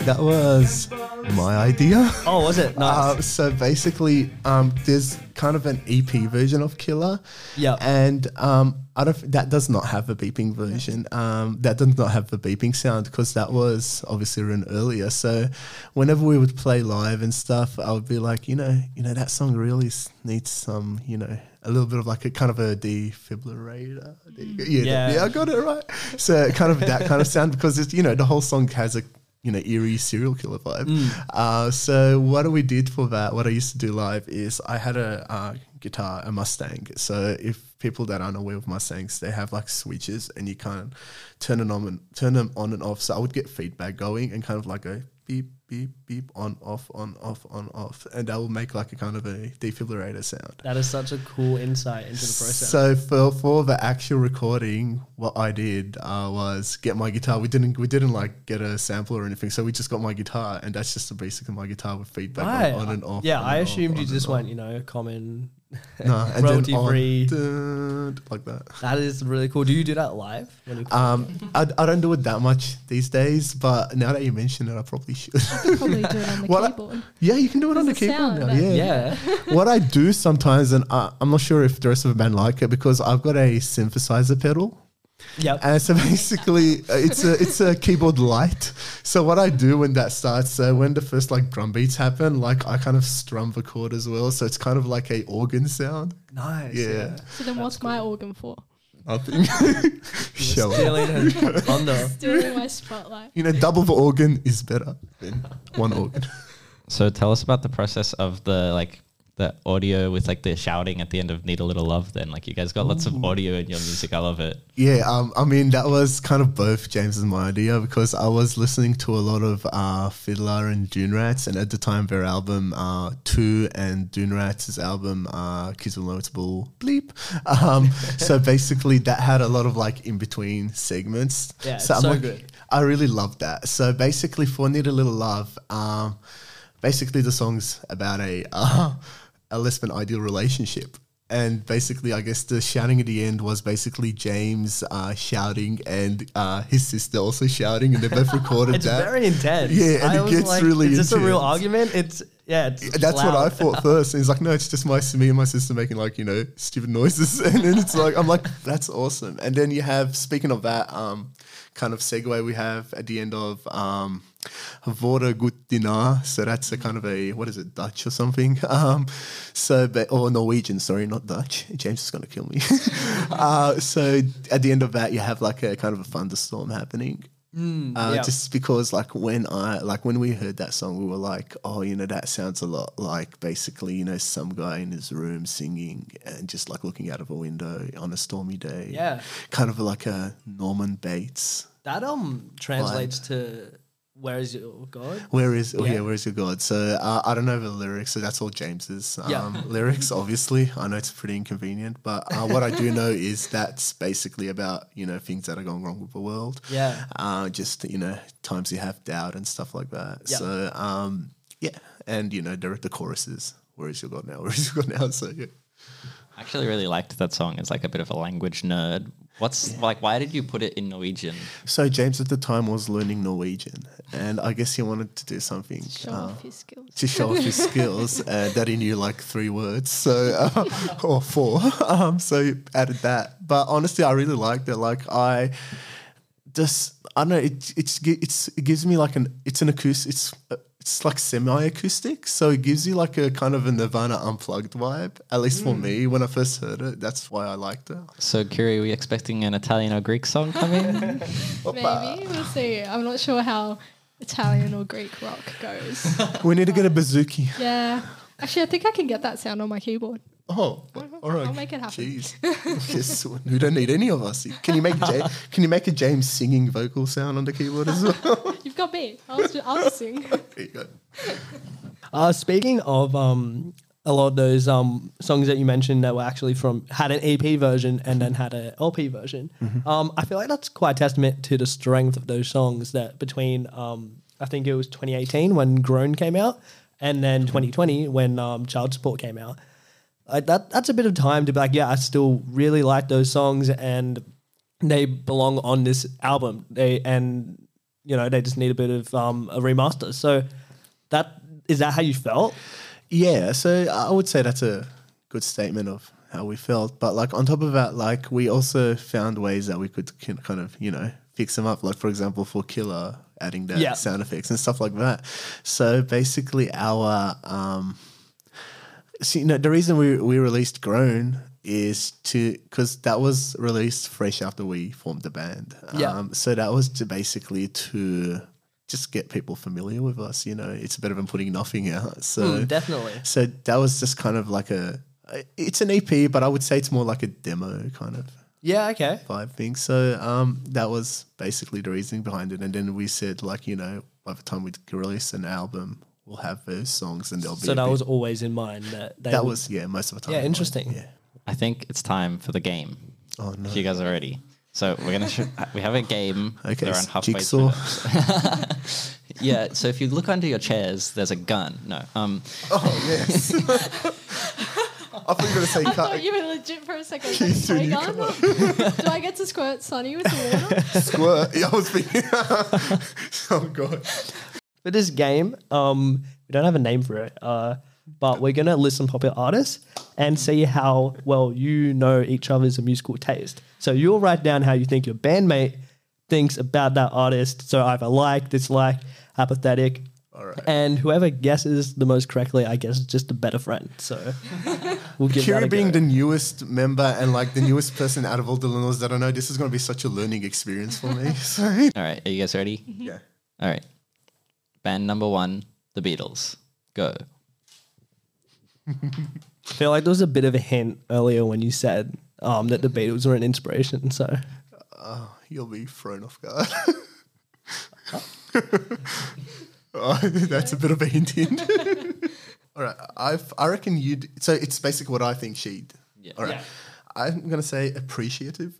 Speaker 3: that was my idea.
Speaker 2: Oh, was it? Nice.
Speaker 3: Uh, so basically, um, there's kind of an EP version of Killer.
Speaker 2: Yep.
Speaker 3: And um, I don't. f- That does not have a beeping version. Um, that does not have the beeping sound because that was obviously written earlier. So whenever we would play live and stuff, I would be like, you know, you know, that song really s- needs some, you know, a little bit of like a kind of a defibrillator. Yeah,
Speaker 2: Yeah.
Speaker 3: yeah, yeah, I got it right. So kind of that kind of sound because it's you know the whole song has a you know eerie serial killer vibe. Uh, so what we did for that, what I used to do live is I had a uh, guitar, a Mustang. So if people that aren't aware of Mustangs, they have like switches and you can't turn it on and turn them on and off. So I would get feedback going and kind of like go beep beep beep on off on off on off, and that will make like a kind of a defibrillator sound.
Speaker 2: that is such a cool insight into the process.
Speaker 3: So for for the actual recording, what I did uh, was get my guitar. We didn't we didn't like get a sample or anything. So we just got my guitar, and that's just the basic of my guitar with feedback
Speaker 2: Right.
Speaker 3: on, on and off.
Speaker 2: Yeah,
Speaker 3: on
Speaker 2: I
Speaker 3: and off,
Speaker 2: assumed
Speaker 3: on
Speaker 2: you
Speaker 3: and
Speaker 2: just
Speaker 3: off.
Speaker 2: went, you know, common.
Speaker 3: no, and
Speaker 2: royalty
Speaker 3: then on,
Speaker 2: free.
Speaker 3: dun, like that.
Speaker 2: That is really cool. Do you do that live? When you
Speaker 3: Um, I, I don't do it that much these days, but now that you mention it, I probably should.
Speaker 4: probably do it on the
Speaker 3: What I-
Speaker 4: keyboard.
Speaker 3: yeah, you can do it on the
Speaker 4: There's a
Speaker 3: keyboard
Speaker 4: sound
Speaker 3: now.
Speaker 4: that-
Speaker 3: Yeah,
Speaker 2: yeah.
Speaker 3: what I do sometimes, and I, I'm not sure if the rest of the band like it, because I've got a synthesizer pedal.
Speaker 2: yep.
Speaker 3: And Uh, so basically, uh, it's a it's a keyboard light. So what I do when that starts, so when the first like drum beats happen, like I kind of strum the chord as well. So it's kind of like a organ sound.
Speaker 2: nice.
Speaker 3: Yeah,
Speaker 4: So then, what's my organ for?
Speaker 3: nothing. Show it.
Speaker 2: Stealing her thunder.
Speaker 4: Stealing my spotlight.
Speaker 3: You know, double the organ is better than one organ.
Speaker 1: So tell us about the process of the like the audio with like the shouting at the end of "Need a Little Love"? Then like you guys got lots of audio in your music. I love it.
Speaker 3: Yeah, um, I mean that was kind of both James and my idea because I was listening to a lot of uh, Fiddler and Dune Rats, and at the time their album uh, Two and Dune Rats' album uh, Kids Will Notable Bleep. Um, so basically, that had a lot of like in between segments.
Speaker 2: Yeah,
Speaker 3: so,
Speaker 2: it's
Speaker 3: I'm
Speaker 2: so
Speaker 3: like-
Speaker 2: good.
Speaker 3: I really loved that. So basically, for Need a Little Love, um, basically the song's about a uh, a less than ideal relationship. And basically, I guess the shouting at the end was basically James uh, shouting and uh, his sister also shouting, and they both recorded
Speaker 2: It's
Speaker 3: that.
Speaker 2: very intense.
Speaker 3: Yeah, and
Speaker 2: I
Speaker 3: it
Speaker 2: was
Speaker 3: gets
Speaker 2: like,
Speaker 3: really
Speaker 2: Is this a real
Speaker 3: intense.
Speaker 2: argument? It's yeah. It's
Speaker 3: That's what I
Speaker 2: loud.
Speaker 3: thought first. And he's like, no, it's just my me and my sister making like you know stupid noises, and then it's like I'm like, that's awesome. And then you have speaking of that um, kind of segue we have at the end of um, Vorder gut dinar. So that's a kind of a what is it Dutch or something? Um, so but or Norwegian, sorry, not Dutch. James is gonna kill me. uh, so at the end of that, you have like a kind of a thunderstorm happening. Uh,
Speaker 2: Mm, yeah.
Speaker 3: Just because, like, when I like when we heard that song, we were like, "Oh, you know, that sounds a lot like basically, you know, some guy in his room singing and just like looking out of a window on a stormy day."
Speaker 2: Yeah.
Speaker 3: kind of like a Norman Bates.
Speaker 2: That um translates to where is your god?
Speaker 3: Where is oh yeah,
Speaker 2: Yeah.
Speaker 3: where is your God? So uh, I don't know the lyrics, so that's all James's um,
Speaker 2: Yeah.
Speaker 3: lyrics. Obviously, I know it's pretty inconvenient, but uh, what I do know is that's basically about you know things that are going wrong with the world.
Speaker 2: Yeah.
Speaker 3: uh, just you know times you have doubt and stuff like that.
Speaker 2: Yeah.
Speaker 3: So um, yeah, and you know direct the choruses. Where is your God now? Where is your God now? So yeah.
Speaker 1: I actually really liked that song. It's like a bit of a language nerd. What's like? Why did you put it in Norwegian?
Speaker 3: So James at the time was learning Norwegian, and I guess he wanted to do something.
Speaker 4: Show
Speaker 3: uh,
Speaker 4: off his skills.
Speaker 3: to show off his skills uh, that he knew like three words so uh, or four um, so he added that but honestly i really liked it like i just i don't know it, it's gi- it's it gives me like an it's an acoustic it's uh, it's like semi-acoustic so it gives you like a kind of a nirvana unplugged vibe at least for me when i first heard it that's why i liked it
Speaker 1: So, Kiri, are we expecting an Italian or Greek song coming?
Speaker 4: Maybe we'll see. I'm not sure how Italian or Greek rock goes.
Speaker 3: we need to get a bazooki
Speaker 4: yeah, actually, I think I can get that sound on my keyboard.
Speaker 3: oh all right
Speaker 4: Mm-hmm. I'll make it happen.
Speaker 3: Jeez, Yes, we don't need any of us. Can you make Ja- can you make a James singing vocal sound on the keyboard as well?
Speaker 4: You've got me. I'll, s- I'll just sing.
Speaker 3: There you go.
Speaker 2: Uh, speaking of um, a lot of those um, songs that you mentioned that were actually from had an EP version and then had a LP version.
Speaker 3: Mm-hmm.
Speaker 2: Um, I feel like that's quite a testament to the strength of those songs that between um, I think it was 2018 when Grown came out and then 2020 when um, Child Support came out. Like that that's a bit of time to be like, yeah, I still really like those songs and they belong on this album. They and you know they just need a bit of um, a remaster. So that is that how you felt?
Speaker 3: Yeah, so I would say that's a good statement of how we felt. But like on top of that, like we also found ways that we could kin- kind of you know fix them up. Like for example, for Killer, adding that
Speaker 2: Yeah.
Speaker 3: sound effects and stuff like that. So basically, our um, so, you know, the reason we we released Grown is to because that was released fresh after we formed the band. Um,
Speaker 2: Yeah.
Speaker 3: so that was to basically to. Just get people familiar with us, you know. It's better than putting nothing out. So
Speaker 2: definitely.
Speaker 3: so that was just kind of like a, it's an EP, but I would say it's more like a demo kind of
Speaker 2: Yeah. Okay.
Speaker 3: vibe thing. So um, that was basically the reasoning behind it. And then we said like, you know, by the time we release an album, we'll have those songs and they'll be.
Speaker 2: So
Speaker 3: a
Speaker 2: that
Speaker 3: bit-
Speaker 2: was always in mind that they
Speaker 3: that
Speaker 2: would-
Speaker 3: was yeah most of the time.
Speaker 2: yeah
Speaker 3: like,
Speaker 2: interesting.
Speaker 3: yeah.
Speaker 1: I think it's time for the game.
Speaker 3: Oh no.
Speaker 1: If you guys are ready, so we're gonna sh- we have a game.
Speaker 3: Okay,
Speaker 1: We're
Speaker 3: it's
Speaker 1: on halfway
Speaker 3: jigsaw.
Speaker 1: through it. yeah. So if you look under your chairs, there's a gun. No. Um.
Speaker 3: Oh yes. I thought you were gonna say
Speaker 4: I thought
Speaker 3: cut,
Speaker 4: you were legit for a second. I was
Speaker 3: Soon
Speaker 4: Like,
Speaker 3: you
Speaker 4: toy gun? Do I get to squirt Sunny with the water?
Speaker 3: squirt. Yeah, uh, I was thinking. oh god.
Speaker 2: for this game. Um, we don't have a name for it. Uh, but we're gonna list some popular artists and see how well you know each other's musical taste. So you'll write down how you think your bandmate thinks about that artist. So either like, dislike, apathetic.
Speaker 3: Alright.
Speaker 2: And whoever guesses the most correctly, I guess, is just a better friend. So we'll give that
Speaker 3: Kiri
Speaker 2: a
Speaker 3: being
Speaker 2: go.
Speaker 3: the newest member and like the newest person out of all the Lenore's that I know, this is going to be such a learning experience for me. So,
Speaker 1: All right. Are you guys ready?
Speaker 3: yeah.
Speaker 1: All right. Band number one, The Beatles. Go.
Speaker 2: I feel like there was a bit of a hint earlier when you said um, that the Beatles were an inspiration. So
Speaker 3: You'll be thrown off guard. Oh, that's a bit of a hint. hint. All right, I've, I reckon you'd. So it's basically what I think she'd.
Speaker 1: Yeah.
Speaker 3: All right, I'm gonna say appreciative.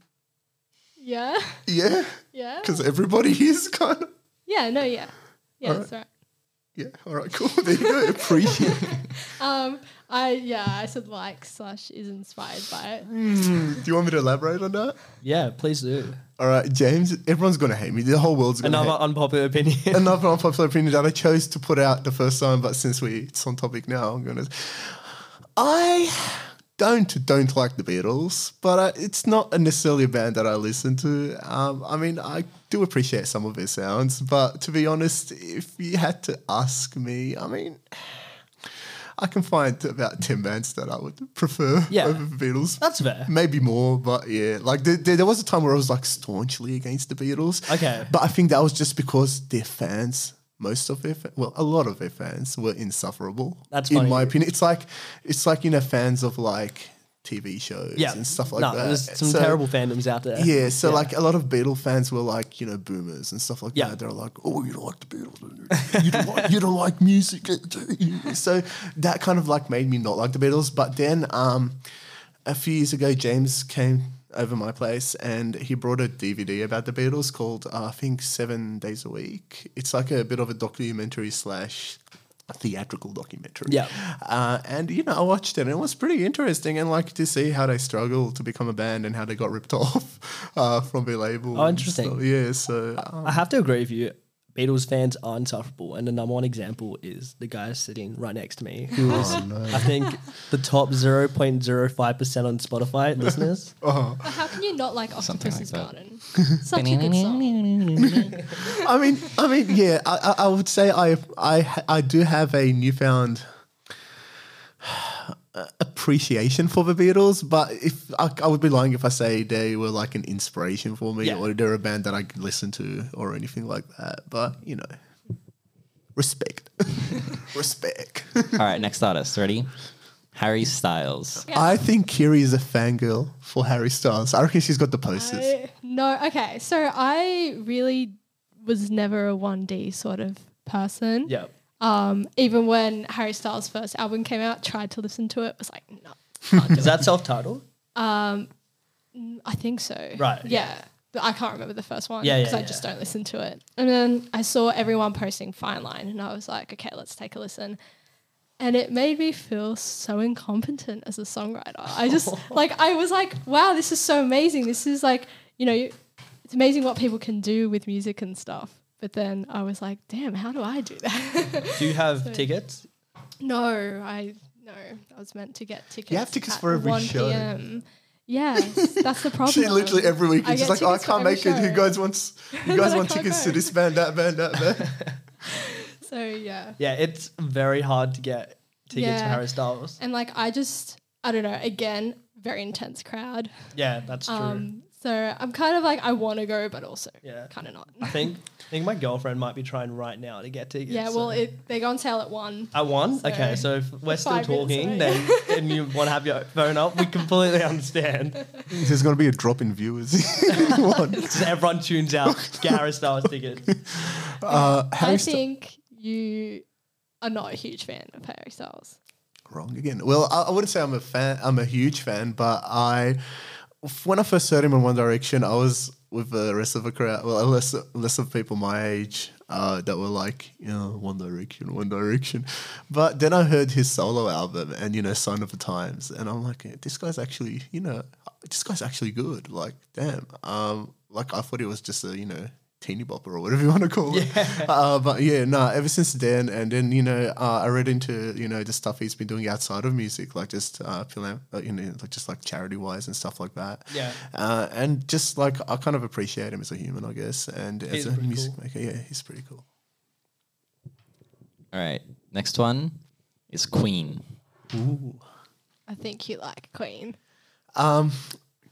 Speaker 4: Yeah.
Speaker 3: Yeah,
Speaker 4: Yeah.
Speaker 3: because everybody is kind of.
Speaker 4: Yeah. No. Yeah. Yeah.
Speaker 3: Alright.
Speaker 4: That's right.
Speaker 3: Yeah. All right. Cool. There you go. Appreciative.
Speaker 4: Um. I yeah. I said like slash is inspired by it.
Speaker 3: Hmm, Do you want me to elaborate on that?
Speaker 2: yeah, please do
Speaker 3: All right, James. Everyone's gonna hate me. The whole world's gonna
Speaker 2: another
Speaker 3: hate.
Speaker 2: unpopular opinion.
Speaker 3: another unpopular opinion that I chose to put out the first time, but since we it's on topic now, I'm gonna. I don't don't like the Beatles, but I, it's not necessarily a band that I listen to. Um, I mean, I do appreciate some of their sounds, but to be honest, if you had to ask me, I mean. I can find about 10 bands that I would prefer
Speaker 2: Yeah.
Speaker 3: over the Beatles.
Speaker 2: That's fair.
Speaker 3: Maybe more, but yeah. Like there, there, there was a time where I was like staunchly against the Beatles.
Speaker 2: Okay.
Speaker 3: But I think that was just because their fans, most of their, fa- well, a lot of their fans were insufferable.
Speaker 2: That's
Speaker 3: in
Speaker 2: funny.
Speaker 3: my opinion. It's like, it's like you know, fans of like TV shows
Speaker 2: Yeah,
Speaker 3: and stuff like
Speaker 2: no,
Speaker 3: that.
Speaker 2: There's some
Speaker 3: So-
Speaker 2: terrible fandoms out there.
Speaker 3: Yeah, so like a lot of Beatle fans were like, you know, boomers and stuff like
Speaker 2: Yeah.
Speaker 3: that. They're like, oh, you don't like the Beatles, do you? you don't like, you don't like music, eh, do you?" so that kind of like made me not like the Beatles. But then um, a few years ago, James came over my place and he brought a DVD about the Beatles called uh, I think Seven Days a Week. It's like a bit of a documentary slash theatrical documentary.
Speaker 2: Yeah.
Speaker 3: Uh, and you know, I watched it and it was pretty interesting and like to see how they struggle to become a band and how they got ripped off uh, from their label.
Speaker 2: Oh,
Speaker 3: and
Speaker 2: interesting.
Speaker 3: stuff. Yeah, so um,
Speaker 2: I have to agree with you. Beatles fans are insufferable, and the number one example is the guy sitting right next to me, who
Speaker 3: Oh,
Speaker 2: is, I think, the top zero point zero five percent on Spotify listeners.
Speaker 3: Oh.
Speaker 4: But how can you not like
Speaker 1: Something
Speaker 4: Octopus's
Speaker 1: like that.
Speaker 4: Garden? Such a good song.
Speaker 3: I mean, I mean, yeah, I, I I would say I, I, I do have a newfound uh, appreciation for the Beatles, but if I, I would be lying if I say they were like an inspiration for me
Speaker 2: Yeah.
Speaker 3: or they're a band that I could listen to or anything like that. But you know, respect, respect.
Speaker 1: All right, next artist. Ready? Harry Styles.
Speaker 4: Yeah.
Speaker 3: I think Kiri is a fangirl for Harry Styles. I reckon she's got the posters.
Speaker 4: I- no, okay. So I really was never a 1D sort of person.
Speaker 2: yeah,
Speaker 4: Um, even when Harry Styles' first album came out, tried to listen to it, was like, no.
Speaker 2: is that self-titled?
Speaker 4: I think so.
Speaker 2: Right,
Speaker 4: Yeah. But I can't remember the first one
Speaker 2: Yeah, yeah,
Speaker 4: because I
Speaker 2: yeah.
Speaker 4: just don't listen to it. And then I saw everyone posting Fine Line and I was like, okay, let's take a listen. And it made me feel so incompetent as a songwriter. I just, like, I was like, wow, this is so amazing. This is like, you know, it's amazing what people can do with music and stuff. But then I was like, damn, how do I do that?
Speaker 2: Do you have tickets?
Speaker 4: No, I no. I was meant to get tickets.
Speaker 3: have tickets
Speaker 4: at
Speaker 3: for every
Speaker 4: 1
Speaker 3: show.
Speaker 4: PM. Yes, that's the problem.
Speaker 3: She literally every week
Speaker 4: I
Speaker 3: is just like,
Speaker 4: get
Speaker 3: oh, I
Speaker 4: tickets for
Speaker 3: can't
Speaker 4: every
Speaker 3: make it. You
Speaker 4: show. "Oh,
Speaker 3: guys want you guys
Speaker 4: I
Speaker 3: want
Speaker 4: can't
Speaker 3: tickets to
Speaker 4: go.
Speaker 3: this band, that band, that band.
Speaker 4: So yeah,
Speaker 2: Yeah, it's very hard to get tickets for
Speaker 4: Yeah.
Speaker 2: Harry Styles.
Speaker 4: and like I just I don't know. Again, very intense crowd.
Speaker 2: Yeah, that's true.
Speaker 4: Um, so I'm kind of like I want to go, but also
Speaker 2: Yeah.
Speaker 4: kind of not.
Speaker 2: I think I think my girlfriend might be trying right now to get tickets.
Speaker 4: yeah,
Speaker 2: so-
Speaker 4: well, it, they go on sale at one.
Speaker 2: At one?
Speaker 4: So-
Speaker 2: okay, so if we're still
Speaker 4: Five minutes
Speaker 2: talking,
Speaker 4: away.
Speaker 2: then and you want to have your phone up, we completely understand.
Speaker 3: There's gonna be a drop in viewers.
Speaker 2: Just everyone tunes out. Gareth Styles tickets.
Speaker 3: uh,
Speaker 4: I
Speaker 3: Harry Styles.
Speaker 4: think you are not a huge fan of Harry Styles.
Speaker 3: wrong again. Well, I, I wouldn't say I'm a fan. I'm a huge fan, but I f- when I first heard him in One Direction, I was with the rest of the crowd. Well, less less of people my age uh, that were like, you know, One Direction, One Direction. But then I heard his solo album and you know, Sign of the Times, and I'm like, this guy's actually, you know, this guy's actually good. Like, damn. Um, like I thought he was just a, you know. Teeny bopper or whatever you want to call it. Uh, but yeah, no, ever since then, and then, you know, uh, I read into, you know, the stuff he's been doing outside of music, like just, uh, philan- uh, you know, like just like charity wise and stuff like that.
Speaker 2: Yeah.
Speaker 3: Uh, and just like, I kind of appreciate him as a human, I guess, and
Speaker 2: He's
Speaker 3: as a
Speaker 2: pretty
Speaker 3: music maker. Yeah, he's pretty cool.
Speaker 1: All right, next one is Queen.
Speaker 4: I think you like Queen.
Speaker 3: Um,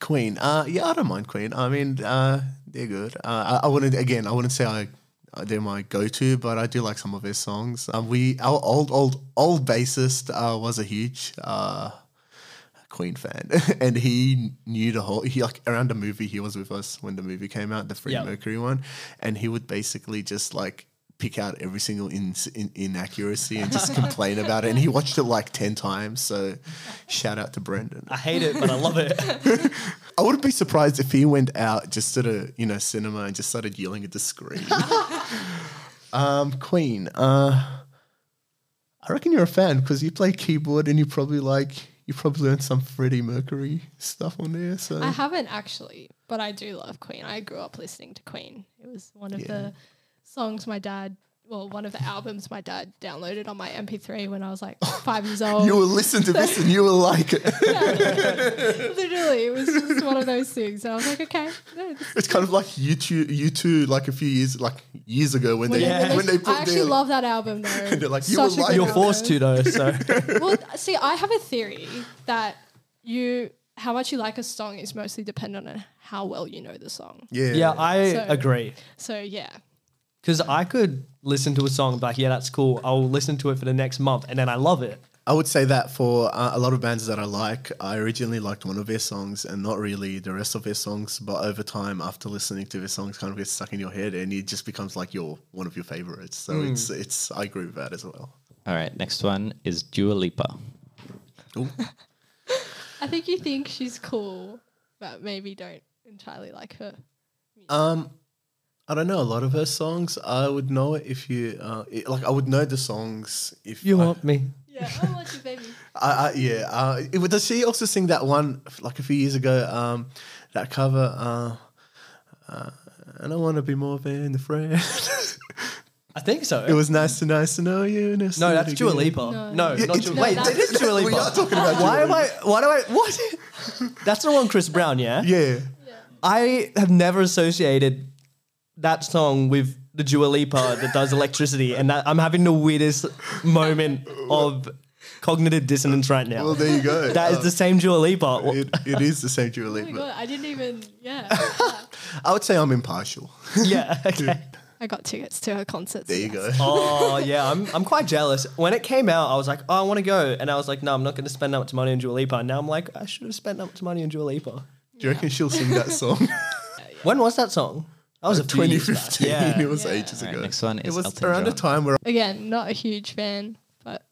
Speaker 3: Queen. Uh, yeah, I don't mind Queen. I mean, uh, they're good. Uh, I, I wouldn't again. I wouldn't say I uh, they're my go-to, but I do like some of his songs. Um, we our old old old bassist uh, was a huge uh, Queen fan, and he knew the whole. He like around the movie, he was with us when the movie came out, the Freddie
Speaker 2: Yep.
Speaker 3: Mercury one, and he would basically just like pick out every single in, in, inaccuracy and just complain about it. And he watched it like ten times. So shout out to Brendan.
Speaker 2: I hate it, but I love it.
Speaker 3: I wouldn't be surprised if he went out just to the you know cinema and just started yelling at the screen. um, Queen, uh, I reckon you're a fan because you play keyboard and you probably like you probably learned some Freddie Mercury stuff on there. So
Speaker 4: I haven't actually, but I do love Queen. I grew up listening to Queen. It was one of the songs my dad, well, one of the albums my dad downloaded on my MP3 when I was like five years old.
Speaker 3: you will listen to this and you will like it.
Speaker 4: Literally, it was just one of those things. And I was like, okay, no, this
Speaker 3: it's kind of like you two, you two, like a few years, like years ago when they
Speaker 2: Yeah.
Speaker 3: when they put
Speaker 4: I actually
Speaker 3: their,
Speaker 4: love that album though.
Speaker 3: they're like, "You
Speaker 4: Such
Speaker 3: will
Speaker 4: a
Speaker 3: like
Speaker 4: good
Speaker 3: it."
Speaker 2: You're
Speaker 4: album.
Speaker 2: forced to though, so
Speaker 4: Well, see, I have a theory that you how much you like a song is mostly dependent on how well you know the song.
Speaker 3: yeah,
Speaker 2: yeah, I
Speaker 4: So-
Speaker 2: agree.
Speaker 4: So yeah,
Speaker 2: Because I could listen to a song and be like, yeah, that's cool. I'll listen to it for the next month, and then I love it.
Speaker 3: I would say that for uh, a lot of bands that I like, I originally liked one of their songs and not really the rest of their songs. But over time, after listening to their songs, kind of gets stuck in your head and it just becomes like your one of your favorites. So it's
Speaker 2: Hmm.
Speaker 3: it's I agree with that as well.
Speaker 1: All right, next one is Dua Lipa.
Speaker 3: Ooh.
Speaker 4: I think you think she's cool, but maybe don't entirely like her.
Speaker 3: um, I don't know a lot of her songs. I would know it if you uh, it, like. I would know the songs if
Speaker 2: You
Speaker 3: I-
Speaker 2: want me?
Speaker 4: Yeah, I want you, baby.
Speaker 3: I, I, yeah. Uh, it, was- does she also sing that one like a few years ago? Um, that cover. Uh, uh, I don't want to be more than the friend.
Speaker 2: I think so.
Speaker 3: It was nice to nice to know you. nice
Speaker 2: no,
Speaker 3: to
Speaker 2: that's
Speaker 3: meet
Speaker 2: Dua
Speaker 3: again.
Speaker 2: Lipa.
Speaker 4: No.
Speaker 2: No,
Speaker 3: Yeah,
Speaker 2: not
Speaker 3: it's-
Speaker 2: Dua.
Speaker 3: No,
Speaker 2: Wait,
Speaker 4: that's-
Speaker 2: that is Dua Lipa.
Speaker 3: We are talking about
Speaker 2: why
Speaker 3: Dua
Speaker 2: am I? Why do I? What? that's the one, Chris Brown. Yeah.
Speaker 3: Yeah.
Speaker 2: I have never associated that song with the Dua Lipa that does electricity, and that, I'm having the weirdest moment of cognitive dissonance right now.
Speaker 3: Well, there you go.
Speaker 2: that is the same Dua Lipa.
Speaker 3: Uh, it, it is the same Dua
Speaker 4: Oh my
Speaker 3: Lipa.
Speaker 4: god, I didn't even. Yeah,
Speaker 3: I would say I'm impartial.
Speaker 2: yeah. Okay.
Speaker 4: I got tickets to her concerts.
Speaker 3: There you go.
Speaker 2: Oh yeah, I'm, I'm quite jealous. When it came out, I was like, oh, I want to go, and I was like, no, I'm not going to spend that much money on Dua Lipa. And now I'm like, I should have spent that much money on Dua Lipa.
Speaker 3: Do you reckon she'll sing that song?
Speaker 2: When was that song? That was a few years back.
Speaker 3: 2015. It
Speaker 2: Yeah.
Speaker 3: was
Speaker 4: Yeah.
Speaker 3: ages
Speaker 1: All right,
Speaker 3: ago.
Speaker 1: next one
Speaker 3: it
Speaker 1: is
Speaker 3: was
Speaker 1: Elton
Speaker 3: around a
Speaker 1: John.
Speaker 3: time where I
Speaker 4: Again, not a huge fan, but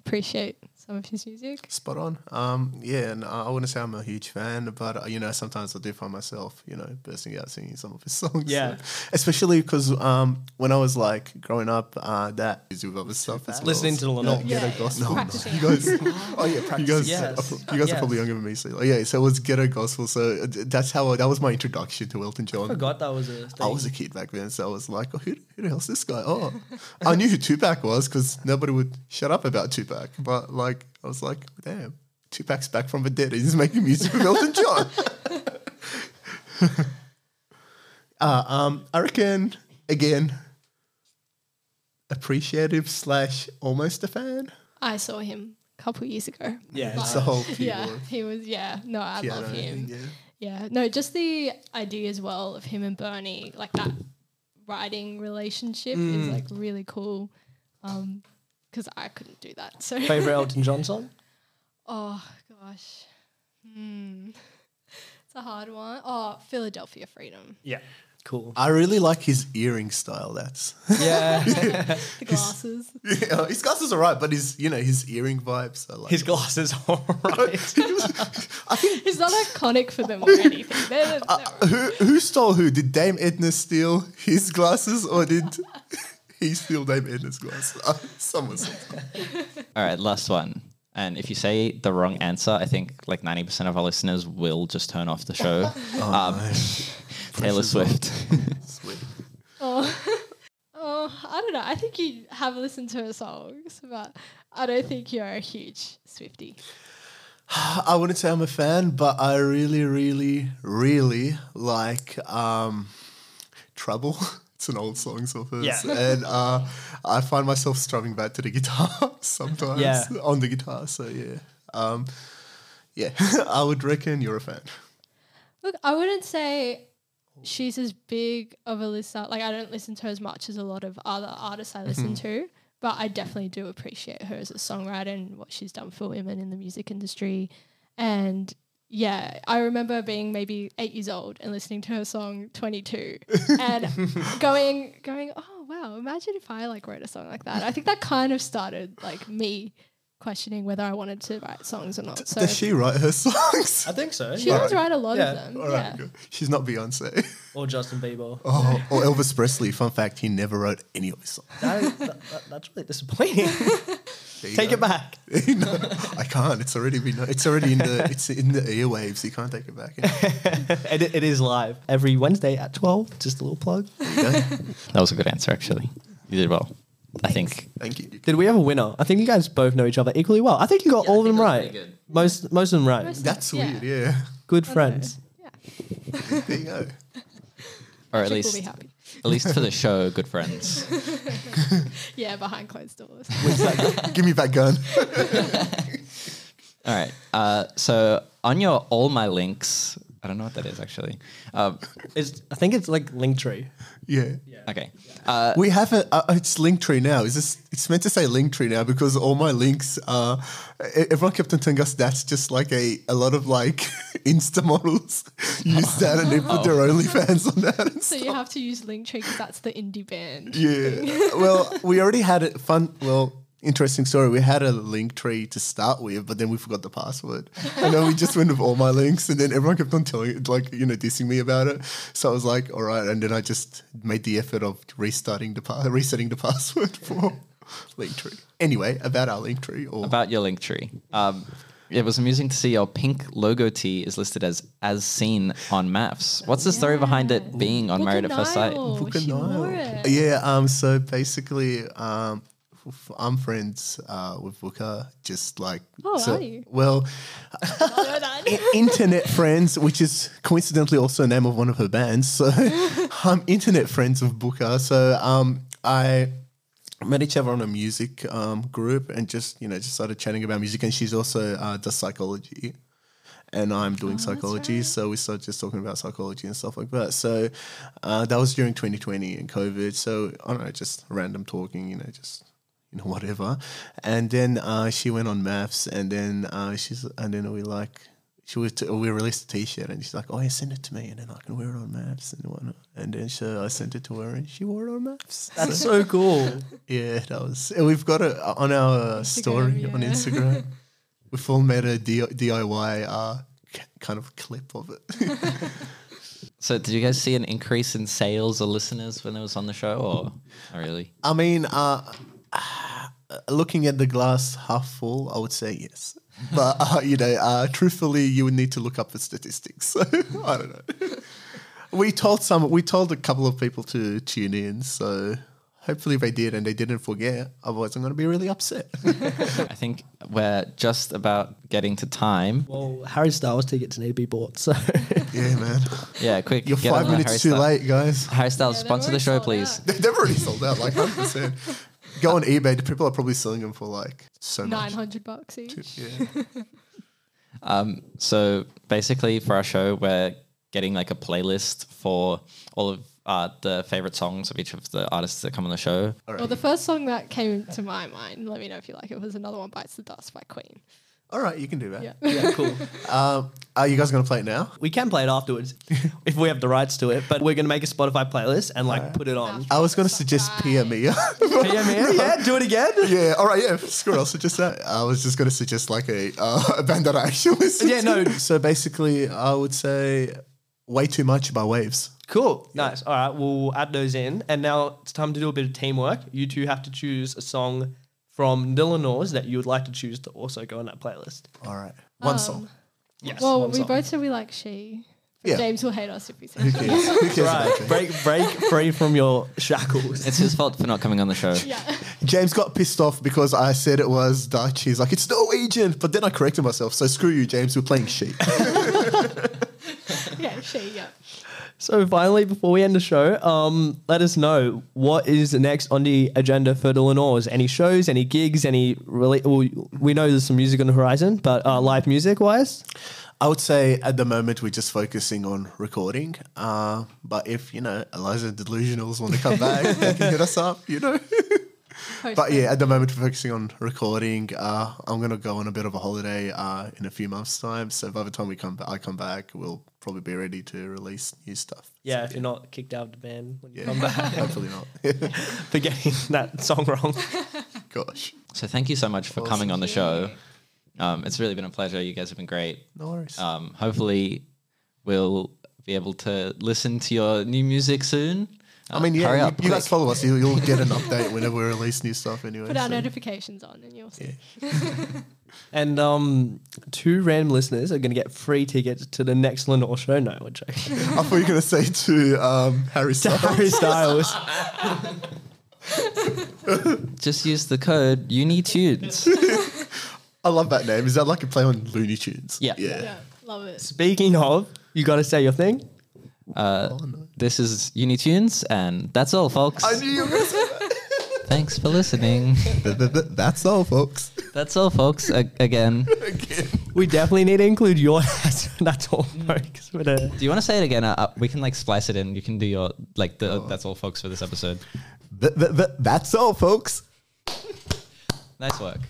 Speaker 4: appreciate some of his music.
Speaker 3: spot on. Um, yeah, and I I wouldn't say I'm a huge fan, but uh, you know, sometimes I do find myself, you know, bursting out singing some of his songs.
Speaker 2: Yeah.
Speaker 3: So- especially because um, when I was like growing up, uh, that is with other stuff. As well.
Speaker 2: Listening to the
Speaker 3: No,
Speaker 2: Lenore.
Speaker 3: yeah,
Speaker 4: Yeah, yeah,
Speaker 3: gospel.
Speaker 4: practicing.
Speaker 3: You guys, oh yeah, practicing. You guys,
Speaker 2: Yes.
Speaker 3: you guys are probably
Speaker 2: Yes.
Speaker 3: younger than me. So like, yeah, so it was ghetto gospel. So uh, that's how I, that was my introduction to Elton John.
Speaker 2: I forgot that was a. Thing.
Speaker 3: I was a kid back then, so I was like, oh, who, who the hell's this guy? Oh, I knew who Tupac was because nobody would shut up about Tupac. But like, I was like, damn, Tupac's back from the dead. and He's making music with Elton John. uh, um, I reckon again, appreciative slash almost a fan.
Speaker 4: I saw him a couple years ago.
Speaker 2: yeah.
Speaker 3: It's the whole
Speaker 4: Uh, Yeah,
Speaker 3: keyboard,
Speaker 4: he was. Yeah, no, I
Speaker 3: piano
Speaker 4: love
Speaker 3: thing,
Speaker 4: him.
Speaker 3: yeah.
Speaker 4: Yeah, no, just the idea as well of him and Bernie, like that writing relationship is like really cool. Um, because I couldn't do that. So,
Speaker 2: Favorite Elton John song?
Speaker 4: oh gosh, hmm, it's a hard one. Oh, Philadelphia Freedom,
Speaker 2: Yeah. Cool.
Speaker 3: I really like his earring style. That's
Speaker 2: Yeah.
Speaker 4: the glasses.
Speaker 3: yeah, his glasses are right, but his you know his earring vibes. I like
Speaker 2: His glasses are alright.
Speaker 3: I think
Speaker 4: It's not iconic for them or anything. They're, they're-
Speaker 3: Uh, who who stole who? Did Dame Edna steal his glasses, or did he steal Dame Edna's glasses? Uh, someone said.
Speaker 1: All right, last one. And if you say the wrong answer, I think like 90% of our listeners will just turn off the show. um, Taylor Swift.
Speaker 4: oh, oh, I don't know. I think you have listened to her songs, but I don't think you're a huge Swifty.
Speaker 3: I wouldn't say I'm a fan, but I really, really, really like um, Trouble. It's an old song of hers,
Speaker 2: Yeah.
Speaker 3: and uh, I find myself strumming back to the guitar sometimes
Speaker 2: Yeah.
Speaker 3: on the guitar. So yeah, um, yeah, I would reckon you're a fan.
Speaker 4: Look, I wouldn't say she's as big of a listener. Like I don't listen to her as much as a lot of other artists I listen
Speaker 3: Mm-hmm.
Speaker 4: to, but I definitely do appreciate her as a songwriter and what she's done for women in the music industry. And yeah, I remember being maybe eight years old and listening to her song Twenty Two, and going going, oh wow! Imagine if I like wrote a song like that. I think that kind of started like me questioning whether I wanted to write songs or not. So
Speaker 3: Does she write her songs?
Speaker 2: I think so.
Speaker 4: she does write a lot
Speaker 2: Yeah.
Speaker 4: of them.
Speaker 3: All right,
Speaker 4: yeah.
Speaker 3: good. she's not Beyonce.
Speaker 2: Or Justin Bieber.
Speaker 3: Oh, or Elvis Presley. Fun fact: he never wrote any of his songs.
Speaker 2: That- that- that- that's really disappointing.
Speaker 3: There you
Speaker 2: Take
Speaker 3: go.
Speaker 2: it back.
Speaker 3: no, I can't. It's already been. It's already in the. It's in the earwaves. You can't take it back.
Speaker 2: It, it is live every Wednesday at 12. Just a little plug.
Speaker 3: There you go.
Speaker 1: That was a good answer, actually. You did well. I think.
Speaker 3: Thank you.
Speaker 2: Did we have a winner? I think you guys both know each other equally well. I think you got all of them right. Most most of them right.
Speaker 4: Most-
Speaker 3: That's
Speaker 4: Yeah.
Speaker 3: weird. Yeah.
Speaker 2: Good
Speaker 4: I don't know.
Speaker 2: friends.
Speaker 4: Yeah.
Speaker 3: There you go.
Speaker 1: Or at
Speaker 4: Chick will be
Speaker 1: least,
Speaker 4: happy.
Speaker 1: at least for the show, good friends.
Speaker 4: Yeah, behind closed doors.
Speaker 3: Give me that gun.
Speaker 1: All right. Uh, so on your all my links, I don't know what that is actually. Um,
Speaker 2: It's, I think it's like Linktree.
Speaker 3: Yeah.
Speaker 1: okay. Uh,
Speaker 3: We have a. Uh, it's Linktree now. Is this? It's meant to say Linktree now because all my links are. e- Everyone kept on telling us that's just like a a lot of like Insta models use that and they put their
Speaker 2: Oh.
Speaker 3: OnlyFans on that. and
Speaker 4: so you have to use Linktree because that's the indie band.
Speaker 3: Yeah. Well, we already had a fun. Well, interesting story. We had a link tree to start with, but then we forgot the password, and then we just went with all my links, and then everyone kept on telling, like, you know, dissing me about it. So I was like, all right, and then I just made the effort of restarting the pa- resetting the password for link tree. Anyway, about our link tree, or
Speaker 1: about your link tree. Um, it was amusing to see your pink logo tee is listed as as seen on maps. What's the story behind it being on Married at First Sight?
Speaker 4: Book she wore it.
Speaker 3: Yeah. Um. So basically, um, f- I'm friends uh, with Booker. Just like
Speaker 4: Oh,
Speaker 3: so-
Speaker 4: are you?
Speaker 3: Well,
Speaker 4: I know that.
Speaker 3: internet friends, which is coincidentally also the name of one of her bands. So I'm internet friends with Booker. So um, I met each other on a music um, group and just you know just started chatting about music. And she's also uh, does psychology. And I'm doing psychology, so we started just talking about psychology and stuff like that. So uh, that was during 2020 and COVID. So I don't know, just random talking, you know, just you know whatever. And then uh, she went on maths, and then uh, she's and then we like she was t- we released a t-shirt and she's like, oh yeah, send it to me and then I can wear it on maps and whatnot. And then so I sent it to her and she wore it on maps.
Speaker 2: That's so cool.
Speaker 3: yeah, that was. and We've got it on our uh, story on
Speaker 4: yeah.
Speaker 3: Instagram. We've all made a D- DIY uh, k- kind of clip of it.
Speaker 1: So did you guys see an increase in sales or listeners when it was on the show, or not really?
Speaker 3: I mean, uh, looking at the glass half full, I would say yes. But uh, you know, uh, truthfully, you would need to look up the statistics. So I don't know. We told some, we told a couple of people to tune in. So hopefully they did, and they didn't forget. Otherwise, I'm going to be really upset.
Speaker 1: I think we're just about getting to time.
Speaker 2: Well, Harry Styles tickets need to be bought. So
Speaker 3: yeah, man,
Speaker 1: Yeah, quick.
Speaker 3: you're
Speaker 1: get on
Speaker 3: five
Speaker 1: that,
Speaker 3: minutes
Speaker 1: Harry
Speaker 3: too
Speaker 1: Styles.
Speaker 3: late, guys.
Speaker 1: Harry Styles,
Speaker 4: Yeah, they're
Speaker 1: sponsor the
Speaker 4: already
Speaker 1: show,
Speaker 4: sold
Speaker 1: please.
Speaker 4: out.
Speaker 3: They've already sold out, like hundred percent. Go on eBay. People are probably selling them for like so
Speaker 4: Nine
Speaker 3: much.
Speaker 4: hundred bucks each.
Speaker 3: Yeah.
Speaker 1: So basically, for our show, we're getting like a playlist for all of uh, the favorite songs of each of the artists that come on the show.
Speaker 4: Well, the first song that came to my mind, let me know if you like it, was another one bites the dust by Queen.
Speaker 3: All right, you can do that.
Speaker 4: Yeah.
Speaker 2: yeah, cool.
Speaker 3: Um, are you guys going to play it now?
Speaker 2: We can play it afterwards if we have the rights to it. But we're gonna make a Spotify playlist and like put it on.
Speaker 3: I was going to suggest Pia Mia.
Speaker 2: yeah, man. Yeah, do it again.
Speaker 3: Yeah, all right, yeah, screw it, I'll suggest that. I was just going to suggest like a, uh, a band that I actually listen
Speaker 2: Yeah, no.
Speaker 3: to. So basically, I would say Way Too Much by Waves.
Speaker 2: Cool. Nice. All right. We'll add those in. And now it's time to do a bit of teamwork. You two have to choose a song from Dylanors that you would like to choose to also go on that playlist.
Speaker 3: All right, one
Speaker 4: Um,
Speaker 3: song.
Speaker 2: Yes.
Speaker 4: Well,
Speaker 2: one
Speaker 4: we
Speaker 2: song.
Speaker 4: both said we like she. But
Speaker 3: Yeah.
Speaker 4: James will hate us if we say
Speaker 3: Who
Speaker 4: she.
Speaker 3: cares? Who cares about
Speaker 2: Right.
Speaker 3: that?
Speaker 2: Break, break free from your shackles.
Speaker 1: It's his fault for not coming on the show.
Speaker 4: Yeah.
Speaker 3: James got pissed off because I said it was Dutch. He's like, it's Norwegian. But then I corrected myself. So screw you, James. We're playing sheep.
Speaker 4: yeah, she, yeah.
Speaker 2: So finally, before we end the show, um, let us know what is next on the agenda for Dylanors. Any shows? Any gigs? Any really? Well, we know there's some music on the horizon, but uh, live music wise,
Speaker 3: I would say at the moment we're just focusing on recording. Uh, but if you know Eliza Delusionals want to come back, they can hit us up. You know. but yeah, at the moment we're focusing on recording. Uh, I'm gonna go on a bit of a holiday uh, in a few months' time. So by the time we come, ba- I come back, we'll probably be ready to release new stuff.
Speaker 2: Yeah, if you're not kicked out of the band when you
Speaker 3: Yeah,
Speaker 2: come back
Speaker 3: hopefully not.
Speaker 2: for getting that song wrong.
Speaker 3: Gosh,
Speaker 1: So thank you so much for coming on the show. Um, it's really been a pleasure. You guys have been great.
Speaker 3: no worries.
Speaker 1: Um, hopefully, we'll be able to listen to your new music soon.
Speaker 3: I mean, yeah,
Speaker 1: hurry
Speaker 3: you,
Speaker 1: up,
Speaker 3: you guys follow us. You, you'll get an update whenever we release new stuff. Anyway,
Speaker 4: Put our
Speaker 3: so-
Speaker 4: notifications on and you'll see.
Speaker 2: And um, two random listeners are going to get free tickets to the next Lenore show. No, we're joking.
Speaker 3: I thought you were gonna say to um, Harry Styles.
Speaker 2: Harry Styles.
Speaker 1: Just use the code UniTunes.
Speaker 3: I love that name. Is that like a play on Looney Tunes?
Speaker 1: Yeah.
Speaker 3: yeah.
Speaker 4: Yeah, love it.
Speaker 2: Speaking of, you got to say your thing.
Speaker 1: Uh, this is UniTunes, and that's all, folks.
Speaker 3: I knew you were gonna say
Speaker 1: Thanks for listening.
Speaker 3: that. Th- th- That's all, folks.
Speaker 1: that's all, folks. A- again, do
Speaker 2: We definitely need to include your That's all, folks. We're the-
Speaker 1: you want to say it again? Uh, uh, we can like splice it in. You can do your like the
Speaker 3: Oh.
Speaker 1: that's all, folks, for this episode.
Speaker 3: Th- th- th- That's all, folks.
Speaker 1: Nice work.